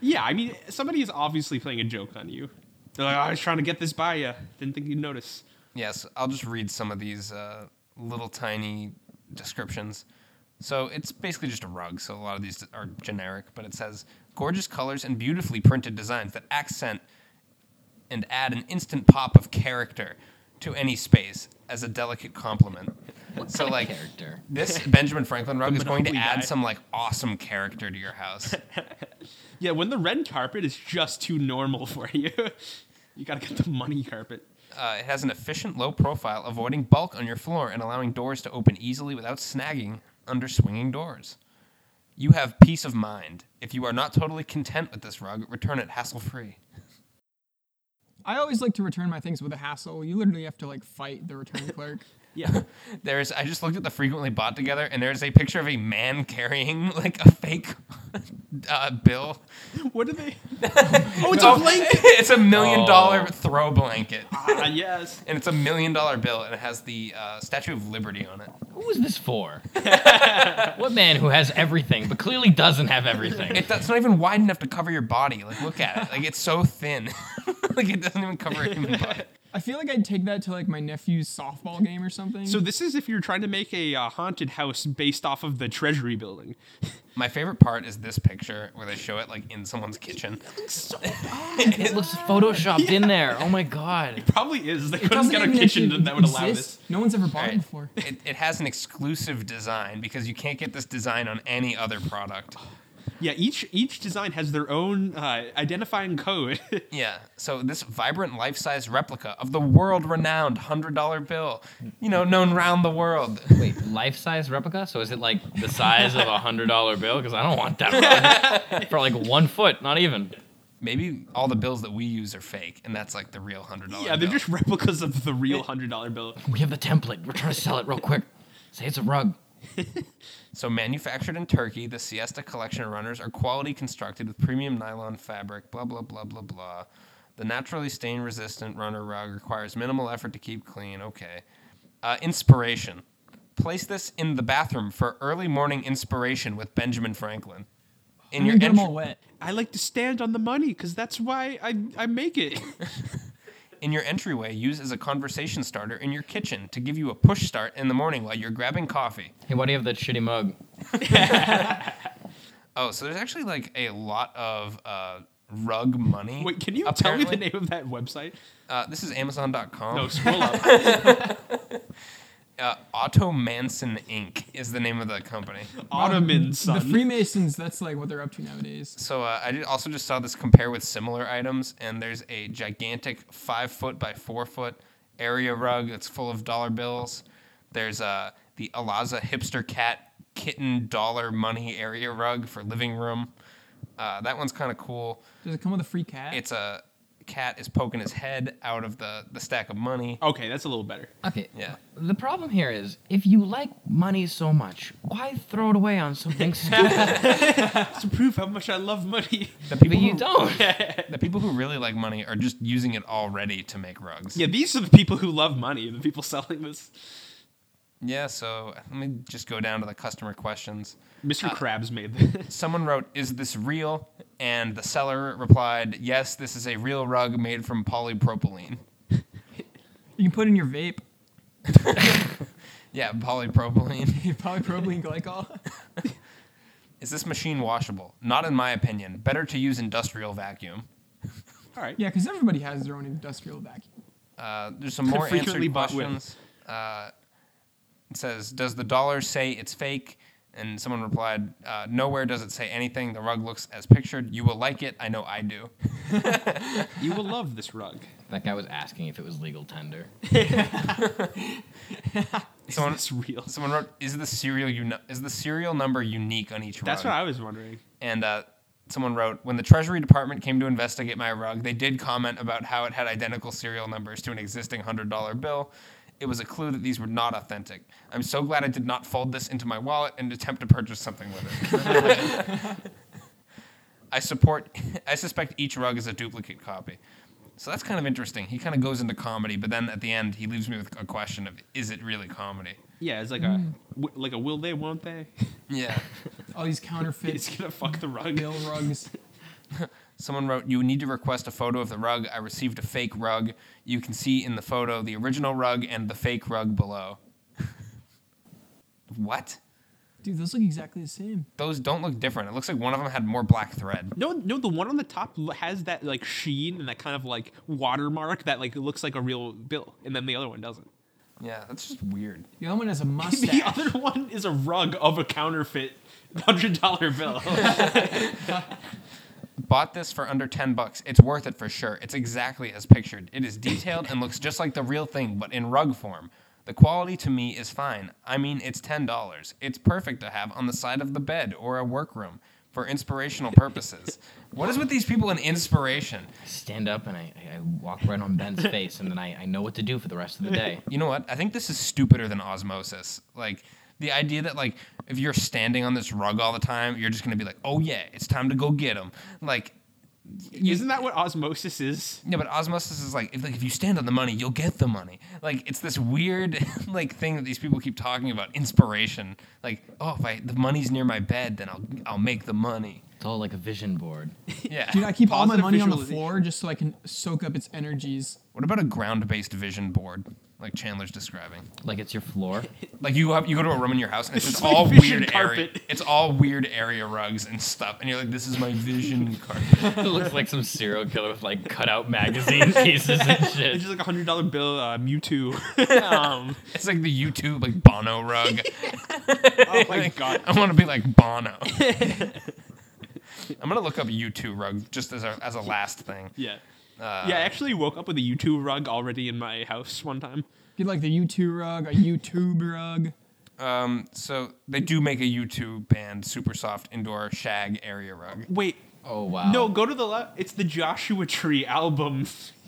C: yeah, I mean, somebody is obviously playing a joke on you. They're like, "Oh, I was trying to get this by you. Didn't think you'd notice.
A: Yes, I'll just read some of these uh, little tiny descriptions. So it's basically just a rug, so a lot of these are generic, but it says gorgeous colors and beautifully printed designs that accent and add an instant pop of character to any space as a delicate compliment. so like
B: character.
A: this Benjamin Franklin rug is going to
C: Monopoly
A: add
C: guy.
A: some like awesome character to your house.
C: Yeah, when the red carpet is just too normal for you, you gotta get the money carpet.
A: Uh, it has an efficient low profile, avoiding bulk on your floor and allowing doors to open easily without snagging under swinging doors. You have peace of mind. If you are not totally content with this rug, return it hassle free.
D: I always like to return my things with a hassle. You literally have to like fight the return clerk.
C: Yeah,
A: There's I just looked at the frequently bought together and there's a picture of a man carrying like a fake uh, bill.
C: what are they? oh, it's a blanket.
A: it's a million
B: Oh.
A: dollar throw blanket.
C: ah, yes.
A: And it's a million dollar bill and it has the uh, Statue of Liberty on it.
B: Who is this for? what man who has everything but clearly doesn't have everything?
A: It, that's not even wide enough to cover your body. Like, look at it. Like, it's so thin. like, it doesn't even cover a human body.
D: I feel like I'd take that to like my nephew's softball game or something.
C: So this is if you're trying to make a uh, haunted house based off of the Treasury Building.
A: My favorite part is this picture where they show it like in someone's kitchen.
B: It looks photoshopped in there. Oh my god.
C: Probably is. They couldn't
D: Doesn't
C: get a
D: even
C: kitchen
D: actually
C: that would allow
D: exist.
C: this.
D: No one's ever bought
A: All
D: it
A: right.
D: before.
A: It, it has an exclusive design because you can't get this design on any other product.
C: Yeah, each each design has their own uh, identifying code.
A: Yeah. So this vibrant life-size replica of the world-renowned hundred-dollar bill, you know, known round the world.
B: Wait, life size replica? So is it like the size of a hundred dollar bill? Because I don't want that rug. for like one foot, not even.
A: Maybe all the bills that we use are fake, and that's like the real hundred-dollar.
C: yeah, they're just replicas of the real hundred dollar bill.
B: We have the template. We're trying to sell it real quick. Say it's a rug.
A: So, manufactured in Turkey, the Siesta collection runners are quality constructed with premium nylon fabric, blah, blah, blah, blah, blah. The naturally stain resistant runner rug requires minimal effort to keep clean. Okay. Uh, inspiration. Place this in the bathroom for early morning inspiration with Benjamin Franklin. In
D: You're
A: your,
D: gonna get them all
A: entr-
D: wet.
C: I like to stand on the money because that's why I I make it.
A: in your entryway, use as a conversation starter in your kitchen to give you a push start in the morning while you're grabbing coffee.
B: Hey, why do you have that shitty mug?
A: Oh, so there's actually like a lot of uh, rug money.
C: Wait, can you tell me
A: apparently. Oh.
C: the name of that website?
A: Uh, this is Amazon.com.
C: No, scroll up.
A: Uh, Otto Manson Inc. is the name of the company.
C: Ottoman son.
D: The Freemasons, that's like what they're up to nowadays.
A: So uh, I did- also just saw this compare with similar items, and there's a gigantic five foot by four foot area rug that's full of dollar bills. There's uh, the Alaza hipster cat kitten dollar money area rug for living room. Uh, that one's kind of cool.
D: Does it come with a free cat?
A: It's a cat is poking his head out of the, the stack of money.
C: Okay, that's a little better.
B: Okay.
A: Yeah.
B: The problem here is if you like money so much, why throw it away on something stupid?
C: to prove how much I love money.
A: The people
B: but you
A: who,
B: don't.
A: The people who really like money are just using it already to make rugs.
C: Yeah, these are the people who love money, the people selling this.
A: Yeah. So let me just go down to the customer questions.
C: Mr. Krabs made this.
A: Someone wrote, "Is this real?" And the seller replied, "Yes, this is a real rug made from polypropylene."
D: you can put in your vape.
A: Yeah, polypropylene.
D: Polypropylene glycol.
A: Is this machine washable? Not in my opinion. Better to use industrial vacuum.
C: All right.
D: yeah, because everybody has their own industrial vacuum.
A: Uh, there's some more
C: Frequently
A: answered
C: bought with.
A: questions. Uh, it says, "Does the dollar say it's fake?" And someone replied, uh, "Nowhere does it say anything. The rug looks as pictured. You will like it. I know I do."
C: You will love this rug.
B: that guy was asking if it was legal tender.
A: Someone,
C: It's real.
A: someone wrote, "Is the serial uni- is the serial number unique on each
C: That's
A: rug?"
C: what I was wondering.
A: and uh, someone wrote, "When the Treasury Department came to investigate my rug, they did comment about how it had identical serial numbers to an existing hundred-dollar bill. It was a clue that these were not authentic. I'm so glad I did not fold this into my wallet and attempt to purchase something with it." I support. I suspect each rug is a duplicate copy. So that's kind of interesting. He kind of goes into comedy, but then at the end, he leaves me with a question of, "Is it really comedy?"
C: Yeah, it's like a
A: Mm.
C: w- like a will they, won't they?
A: Yeah.
D: All Oh, these
C: It's
D: counterfeit
C: gonna fuck the rug.
D: bill rugs.
A: Someone wrote, You need to request a photo of the rug. I received a fake rug. You can see in the photo the original rug and the fake rug below. what?
D: Dude, those look exactly the same.
A: Those don't look different. It looks like one of them had more black thread.
C: No, no, the one on the top l- has that like sheen and that kind of like watermark that like looks like a real bill, and then the other one doesn't.
A: Yeah, that's just weird.
D: The other one has a
C: The
D: mustache.
C: other one is a rug of a counterfeit hundred dollar bill.
A: Bought this for under 10 bucks. It's worth it for sure. It's exactly as pictured. It is detailed and looks just like the real thing, but in rug form. The quality to me is fine. I mean, it's $10. It's perfect to have on the side of the bed or a workroom for inspirational purposes. what is with these people and inspiration?
B: Stand up and I, I I walk right on Ben's face and then I, I know what to do for the rest of the day.
A: You know what? I think this is stupider than osmosis. Like, the idea that, like, if you're standing on this rug all the time, you're just going to be like, oh, yeah, it's time to go get him. Like,
C: Isn't that what osmosis is?
A: Yeah, but osmosis is like if like if you stand on the money, you'll get the money. Like it's this weird like thing that these people keep talking about inspiration. Like oh, if I the money's near my bed, then I'll I'll make the money.
B: It's all like a vision board.
A: Yeah.
D: Dude, I keep all my
C: Positive
D: money on the
C: visualization.
D: floor just so I can soak up its energies.
A: what about a ground-based vision board? Like Chandler's describing.
B: Like it's your floor.
A: Like you have, you go to a room in your house and it's
C: It's
A: just
C: like
A: all
C: vision
A: weird area.
C: carpet.
A: It's all weird area rugs and stuff, and you're like, this is my vision carpet.
B: it looks like some serial killer with like cutout magazine pieces and
C: It's
B: shit.
C: just like a hundred dollar bill, uh, Mewtwo. um,
A: It's like the YouTube like Bono rug.
C: oh my god.
A: I want to be like Bono. I'm gonna look up U2 rug just as a as a last thing.
C: Yeah. yeah, I actually woke up with a U2 rug already in my house one time.
D: Get like the U2 rug, a YouTube rug.
A: Um, so they do make a U2 band, super soft indoor shag area rug.
C: Wait,
B: Oh wow.
C: no, go to the left. It's the Joshua Tree album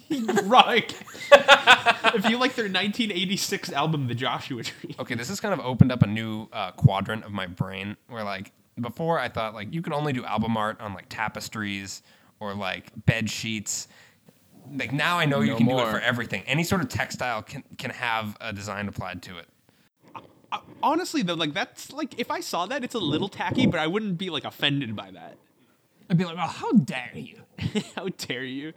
C: rug. if you like their 1986 album, The Joshua Tree.
A: Okay, this has kind of opened up a new uh, quadrant of my brain where like before I thought like you could only do album art on like tapestries or like bed sheets. Like now I know you
B: No
A: can do it
B: more.
A: for everything. Any sort of textile can can have a design applied to it.
C: Uh, honestly, though, like that's like if I saw that, it's a little tacky, but I wouldn't be like offended by that.
D: I'd be like, oh, how dare you?
C: How dare you?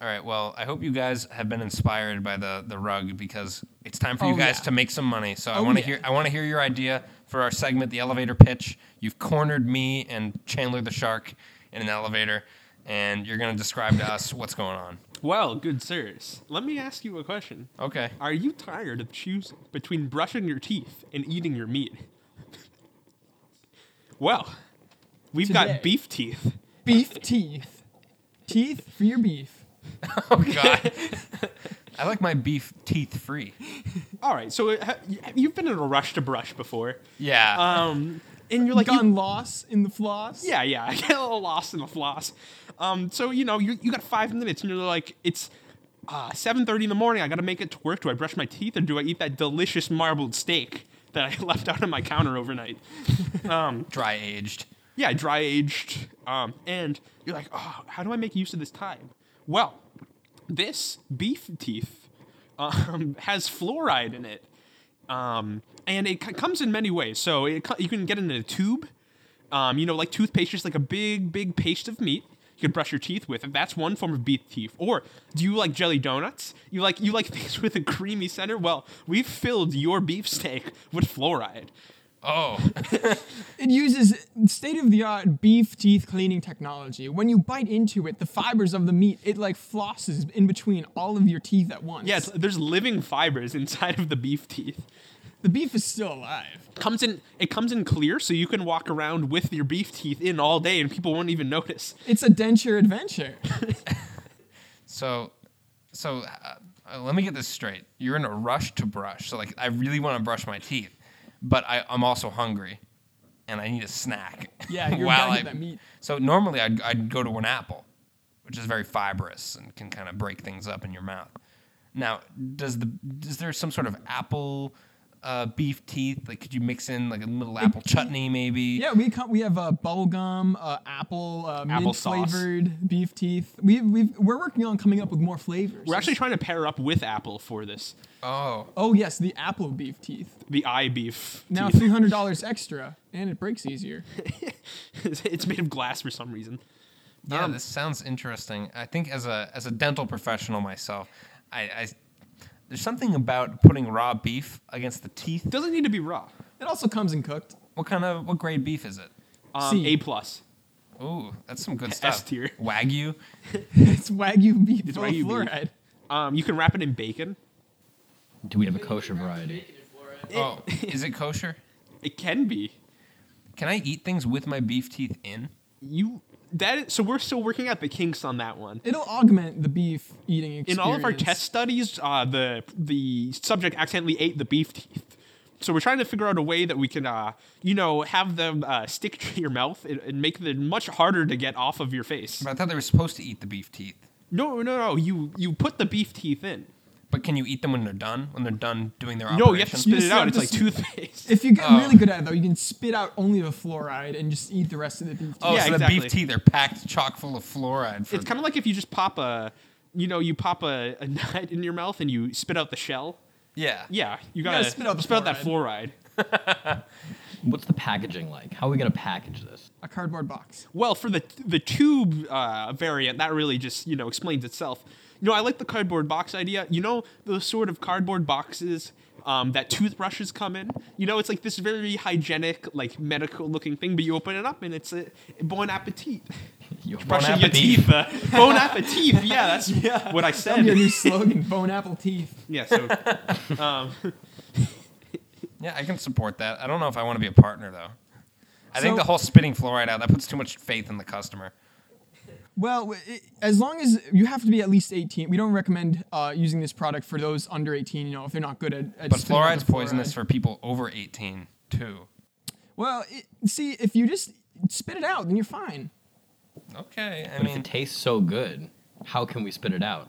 A: All right. Well, I hope you guys have been inspired by the the rug because it's time for you
D: Oh,
A: guys
D: yeah.
A: to make some money. So I
D: Oh,
A: want to
D: yeah.
A: hear I want to hear your idea for our segment, the elevator pitch. You've cornered me and Chandler the shark in an elevator, and you're gonna describe to us what's going on.
C: Well, good sirs, let me ask you a question.
A: Okay.
C: Are you tired of choosing between brushing your teeth and eating your meat? well, we've
D: Today.
C: got beef teeth.
D: Beef teeth. Teeth for your beef.
A: Oh God. I like my beef teeth free.
C: All right, so uh, ha- you've been in a rush to brush before.
A: Yeah.
C: Um, and you're like, you-
D: Gone loss in the floss.
C: yeah, yeah, I get a little lost in the floss. Um, so you know, you you got five minutes, and you're like, it's uh, seven thirty in the morning. I got to make it to work. Do I brush my teeth or do I eat that delicious marbled steak that I left out on my counter overnight?
A: Dry aged.
C: yeah, dry aged. Um, and you're like, oh, how do I make use of this time? Well, this beef teeth um, has fluoride in it. Um, and it c- comes in many ways. So it co- you can get it in a tube. Um, you know, like toothpaste, just like a big, big paste of meat. You could brush your teeth with it. That's one form of beef teeth. Or do you like jelly donuts? You like you like things with a creamy center? Well, we've filled your beefsteak with fluoride.
A: Oh,
D: It uses state of the art beef teeth cleaning technology. When you bite into it, the fibers of the meat, it like flosses in between all of your teeth at once.
C: Yes, there's living fibers inside of the beef teeth.
D: The beef is still alive.
C: Comes in it comes in clear so you can walk around with your beef teeth in all day and people won't even notice.
D: It's a denture adventure.
A: so, so uh, uh, let me get this straight. You're in a rush to brush. So, like, I really want to brush my teeth, but I, I'm also hungry, and I need a snack.
D: Yeah, you're
A: While
D: gotta
A: I-
D: get that meat.
A: So normally I'd, I'd go to an apple, which is very fibrous and can kind of break things up in your mouth. Now, does the is there some sort of apple uh, beef teeth? Like, could you mix in like a little apple chutney, maybe?
D: Yeah, we come, we have uh, bubblegum, uh, apple, uh, mint
C: Applesauce.
D: flavored beef teeth. We we we're working on coming up with more flavors.
C: We're actually trying to pair up with Apple for this.
A: Oh,
D: Oh yes, the apple beef teeth.
C: The eye beef.
D: Now
C: teeth.
D: three hundred dollars extra, and it breaks easier.
C: it's made of glass for some reason.
A: yeah.
C: Um,
A: this sounds interesting. I think as a as a dental professional myself, I, I there's something about putting raw beef against the teeth.
C: Doesn't need to be raw.
D: It also comes in cooked.
A: What kind of what grade beef is it?
C: Um,
D: See.
C: A plus.
A: Ooh, that's some good stuff.
C: tier.
A: Wagyu.
D: It's wagyu beef full of
C: Wagyu beef.
D: fluoride.
C: Um, you can wrap it in bacon.
B: Do we have a kosher variety?
A: Oh, is it kosher?
C: It can be.
A: Can I eat things with my beef teeth in?
C: You that is, so we're still working out the kinks on that one.
D: It'll augment the beef eating experience.
C: In all of our test studies, uh, the the subject accidentally ate the beef teeth. So we're trying to figure out a way that we can, uh, you know, have them uh, stick to your mouth and, and make them much harder to get off of your face.
A: But I thought they were supposed to eat the beef teeth.
C: No, no, no. You you put the beef teeth in.
A: But can you eat them when they're done? When they're done doing their operation?
C: No, you have to spit
D: You
C: it
D: just
C: out.
D: have
C: It's
D: to
C: like
D: sp-
C: toothpaste.
D: If you get
C: um,
D: really good at it, though, you can spit out only the fluoride and just eat the rest of the beef.
A: Oh,
C: Yeah,
A: so the
C: exactly.
A: beef teeth are packed chock full of fluoride. For
C: It's kind of like if you just pop a, you know, you pop a, a nut in your mouth and you spit out the shell.
A: yeah.
C: Yeah, you gotta,
D: spit out the
C: that fluoride.
B: What's the packaging like? How are we gonna package this?
D: A cardboard box.
C: Well, for the the tube uh, variant, that really just you know explains itself. You know, I like the cardboard box idea. You know, those sort of cardboard boxes um, that toothbrushes come in. You know, it's like this very hygienic, like medical looking thing, but you open it up and it's a bon appetit.
B: You
C: Brushing your teeth. uh, bon appetit. Yeah, that's what I
D: That'll be our
C: said.
D: new slogan: Bone apple teeth.
C: Yeah. So
A: Yeah, I can support that. I don't know if I want to be a partner though. I think
D: So-
A: the whole spitting fluoride out that puts too much faith in the customer.
D: Well, w- it, as long as you have to be at least 18, we don't recommend uh, using this product for those under 18. You know, if they're not good at. at
A: But
D: spitting out
A: fluoride's
D: the
A: poisonous
D: fluoride.
A: for people over 18 too.
D: Well, it, see, if you just spit it out, then you're fine.
A: Okay, I
B: But if
A: mean,
B: it tastes so good, how can we spit it out?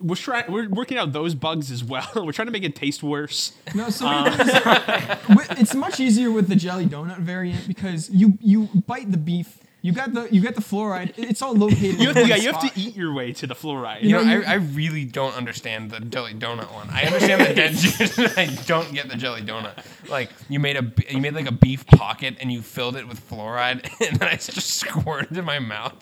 C: we're trying. We're working out those bugs as well. We're trying to make it taste worse.
D: No, so
C: Um.
D: what it does- wi- it's much easier with the jelly donut variant because you you bite the beef. You got the you got the fluoride. it- It's all located.
C: You have,
D: in one
C: yeah, you have
D: spot.
C: to eat your way to the fluoride.
A: you know,
D: know, you-
A: I, I really don't understand the jelly donut one. I understand the denture. I don't get the jelly donut. Like you made a b- you made like a beef pocket and you filled it with fluoride and then I just squirted it in my mouth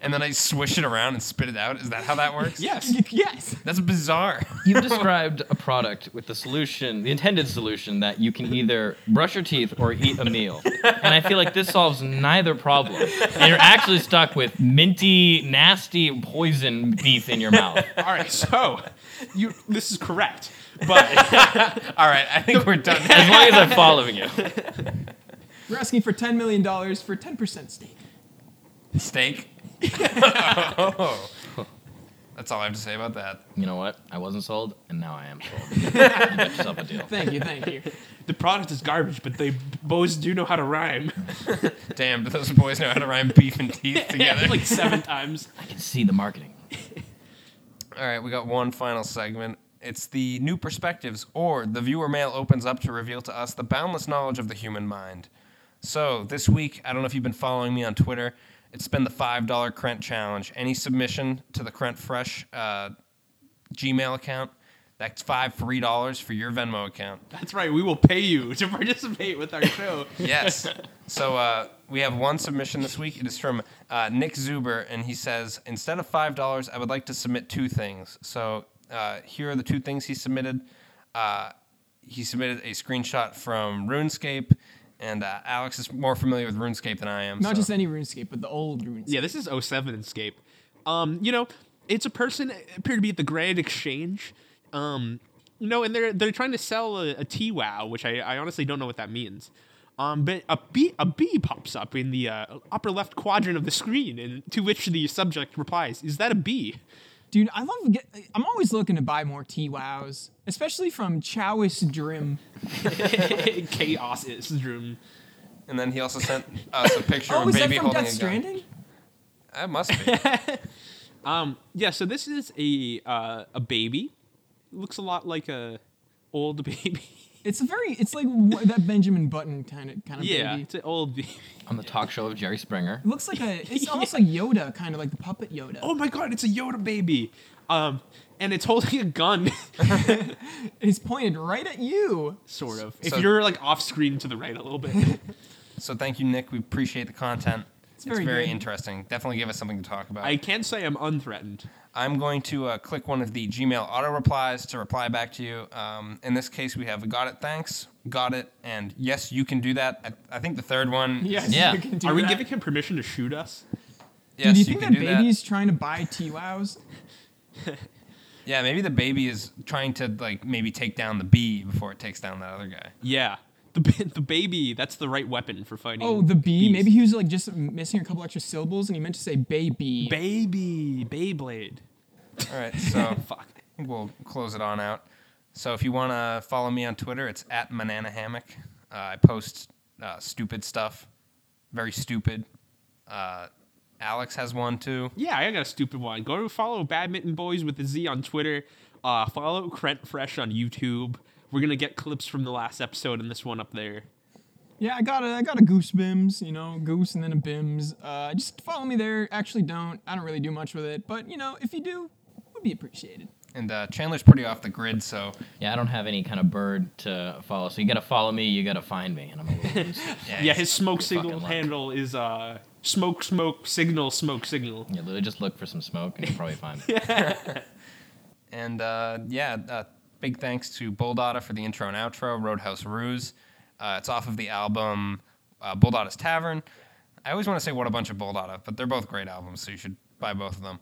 A: and then I swish it around and spit it out. Is that how that works?
C: Yes.
D: Yes.
A: That's bizarre.
B: You've described a product with the solution, the intended solution that you can either brush your teeth or eat a meal. And I feel like this solves neither problem. And you're actually stuck with minty, nasty poison beef in your mouth.
C: All right. So, you this is correct, but
A: All right, I think we're done.
B: As long as I'm following you.
D: We're asking for 10 million dollars for 10% stake.
A: Steak. Oh. That's all I have to say about that.
B: You know what? I wasn't sold, and now I am sold. you got yourself a deal.
D: Thank you, thank you.
C: The product is garbage, but they boys do know how to rhyme.
A: Damn, do those boys know how to rhyme beef and teeth together?
C: like seven times.
B: I can see the marketing.
A: All right, we got one final segment. It's the new perspectives, or the viewer mail opens up to reveal to us the boundless knowledge of the human mind. So this week, I don't know if you've been following me on Twitter. It's been the five dollar Krent challenge. Any submission to the Krent Fresh uh, Gmail account, that's five three dollars for your Venmo account.
C: That's right. We will pay you to participate with our show.
A: Yes. So uh, we have one submission this week. It is from uh, Nick Zuber, and he says instead of five dollars, I would like to submit two things. So uh, here are the two things he submitted. Uh, he submitted a screenshot from RuneScape, and uh, Alex is more familiar with RuneScape than I am.
D: Not
A: so-
D: just any RuneScape, but the old RuneScape.
C: Yeah, this is 07 Escape. Um, you know, it's a person appeared to be at the Grand Exchange. Um, you know, and they're they're trying to sell a, a TWOW, which I, I honestly don't know what that means. Um, but a bee a bee pops up in the uh, upper left quadrant of the screen, and to which the subject replies, "Is that a bee?"
D: Dude, I love. Get, I'm always looking to buy more TWOWs, especially from Chowis Drim.
C: Chaos is room.
A: And then he also sent us a picture
D: Oh,
A: of a
D: is that
A: baby
D: from
A: holding a
D: Death
A: gun.
D: Stranding?
A: That must be.
C: Yeah, so this is a uh, a baby. Looks a lot like a old baby.
D: It's a very. It's like wh- that Benjamin Button kind of kind of
C: yeah,
D: baby.
C: it's an old baby.
B: On the talk show of Jerry Springer.
D: It looks like a. It's almost like Yoda, kind of like the puppet Yoda.
C: oh my god, it's a Yoda baby. Um, and it's holding a gun,
D: It's pointed right at you.
C: sort of. If
A: So-
C: you're like off screen to the right a little bit,
A: so thank you, Nick. We appreciate the content. It's very,
D: very good.
A: interesting. Definitely give us something to talk about.
C: I can say I'm unthreatened.
A: I'm going to uh, click one of the Gmail auto replies to reply back to you. Um, in this case, we have got it, thanks, got it, and yes, you can do that. I, I think the third one.
D: Yes,
B: Yeah.
D: you can do
C: Are we
D: that.
C: giving him permission to shoot us?
A: yes,
D: Dude, do you think
A: can
D: that
A: do
D: baby's trying to buy TWOWs?
A: that. Yeah, maybe the baby is trying to like maybe take down the bee before it takes down that other guy.
C: Yeah. The, ba- the baby, that's the right weapon for fighting.
D: Oh, the B.
C: bees.
D: Maybe he was like just missing a couple extra syllables, and he meant to say baby.
C: Baby, Beyblade.
A: All right, so
C: Fuck.
A: we'll close it on out. So if you want to follow me on Twitter, it's at banana hammock. Uh, I post uh, stupid stuff, very stupid. Uh, Alex has one too.
C: Yeah, I got a stupid one. Go to follow Badminton Boys with a Z on Twitter. Uh, follow Krent Fresh on YouTube. We're gonna get clips from the last episode and this one up there.
D: Yeah, I got a I got a goose bims, you know, goose and then a bims. Uh, just follow me there. Actually, don't. I don't really do much with it, but you know, if you do, it would be appreciated.
A: And uh, Chandler's pretty off the grid, so
B: Yeah, I don't have any kind of bird to follow, so you gotta follow me, you gotta find me, and I'm a little loose.
C: Yeah, his smoke signal
B: fucking luck.
C: handle is uh smoke smoke signal smoke signal.
B: You literally just look for some smoke, and you'll probably find me.
A: And uh, yeah, uh, big thanks to Bulldada for the intro and outro, Roadhouse Ruse. Uh, it's off of the album uh, Bulldada's Tavern. I always want to say What a Bunch of Bulldada, but they're both great albums, so you should buy both of them.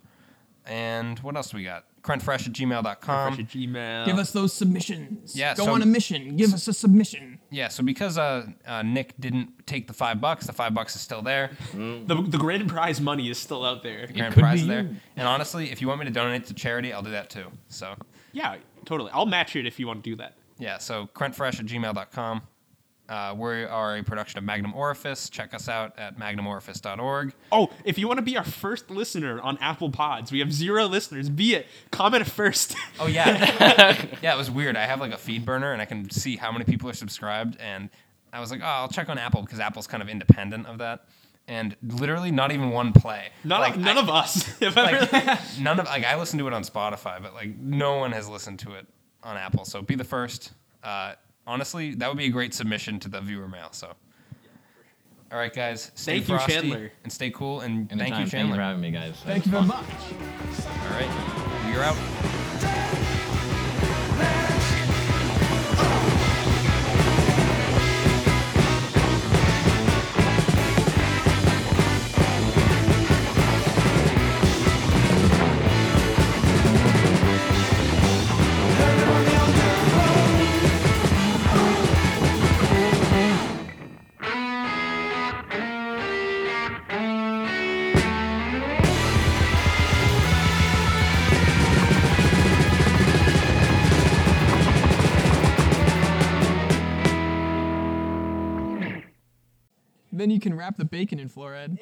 A: And what else do we got? Crunchfresh at gmail.com.
C: Fresh at Gmail.
D: Give us those submissions.
A: Uh, Yeah,
D: Go
A: so-
D: on a mission. Give us a submission.
A: Yeah, so because uh, uh, Nick didn't take the five bucks, the five bucks is still there.
C: the, the grand prize money is still out there.
A: The grand
B: could
A: prize
B: be
A: is there.
B: you.
A: And honestly, if you want me to donate to charity, I'll do that too. So
C: Yeah, totally. I'll match it if you want to do that.
A: Yeah, so crentfresh at gmail.com. Uh, we are a production of Magnum Orifice. Check us out at magnumorifice.org.
C: Oh, if you want to be our first listener on Apple Pods, we have zero listeners. Be it comment first.
A: Oh, yeah. yeah, it was weird. I have like a feed burner and I can see how many people are subscribed. And I was like, oh, I'll check on Apple because Apple's kind of independent of that. And literally, not even one play.
C: None,
A: like,
C: none
A: I-
C: of us. If I really-
A: like, none of like I listen to it on Spotify, but like no one has listened to it on Apple. So be the first. Uh, honestly, that would be a great submission to the viewer mail. So, all right, guys, stay
C: Thank you,
A: frosty
C: Chandler.
A: and stay cool. And
B: Anytime,
A: thank you,
B: Thank you
A: Chandler.
B: for having me, guys. That
D: Thank
B: was
D: you very
B: fun.
D: much.
A: all right, you're out.
D: Then you can wrap the bacon in fluoride.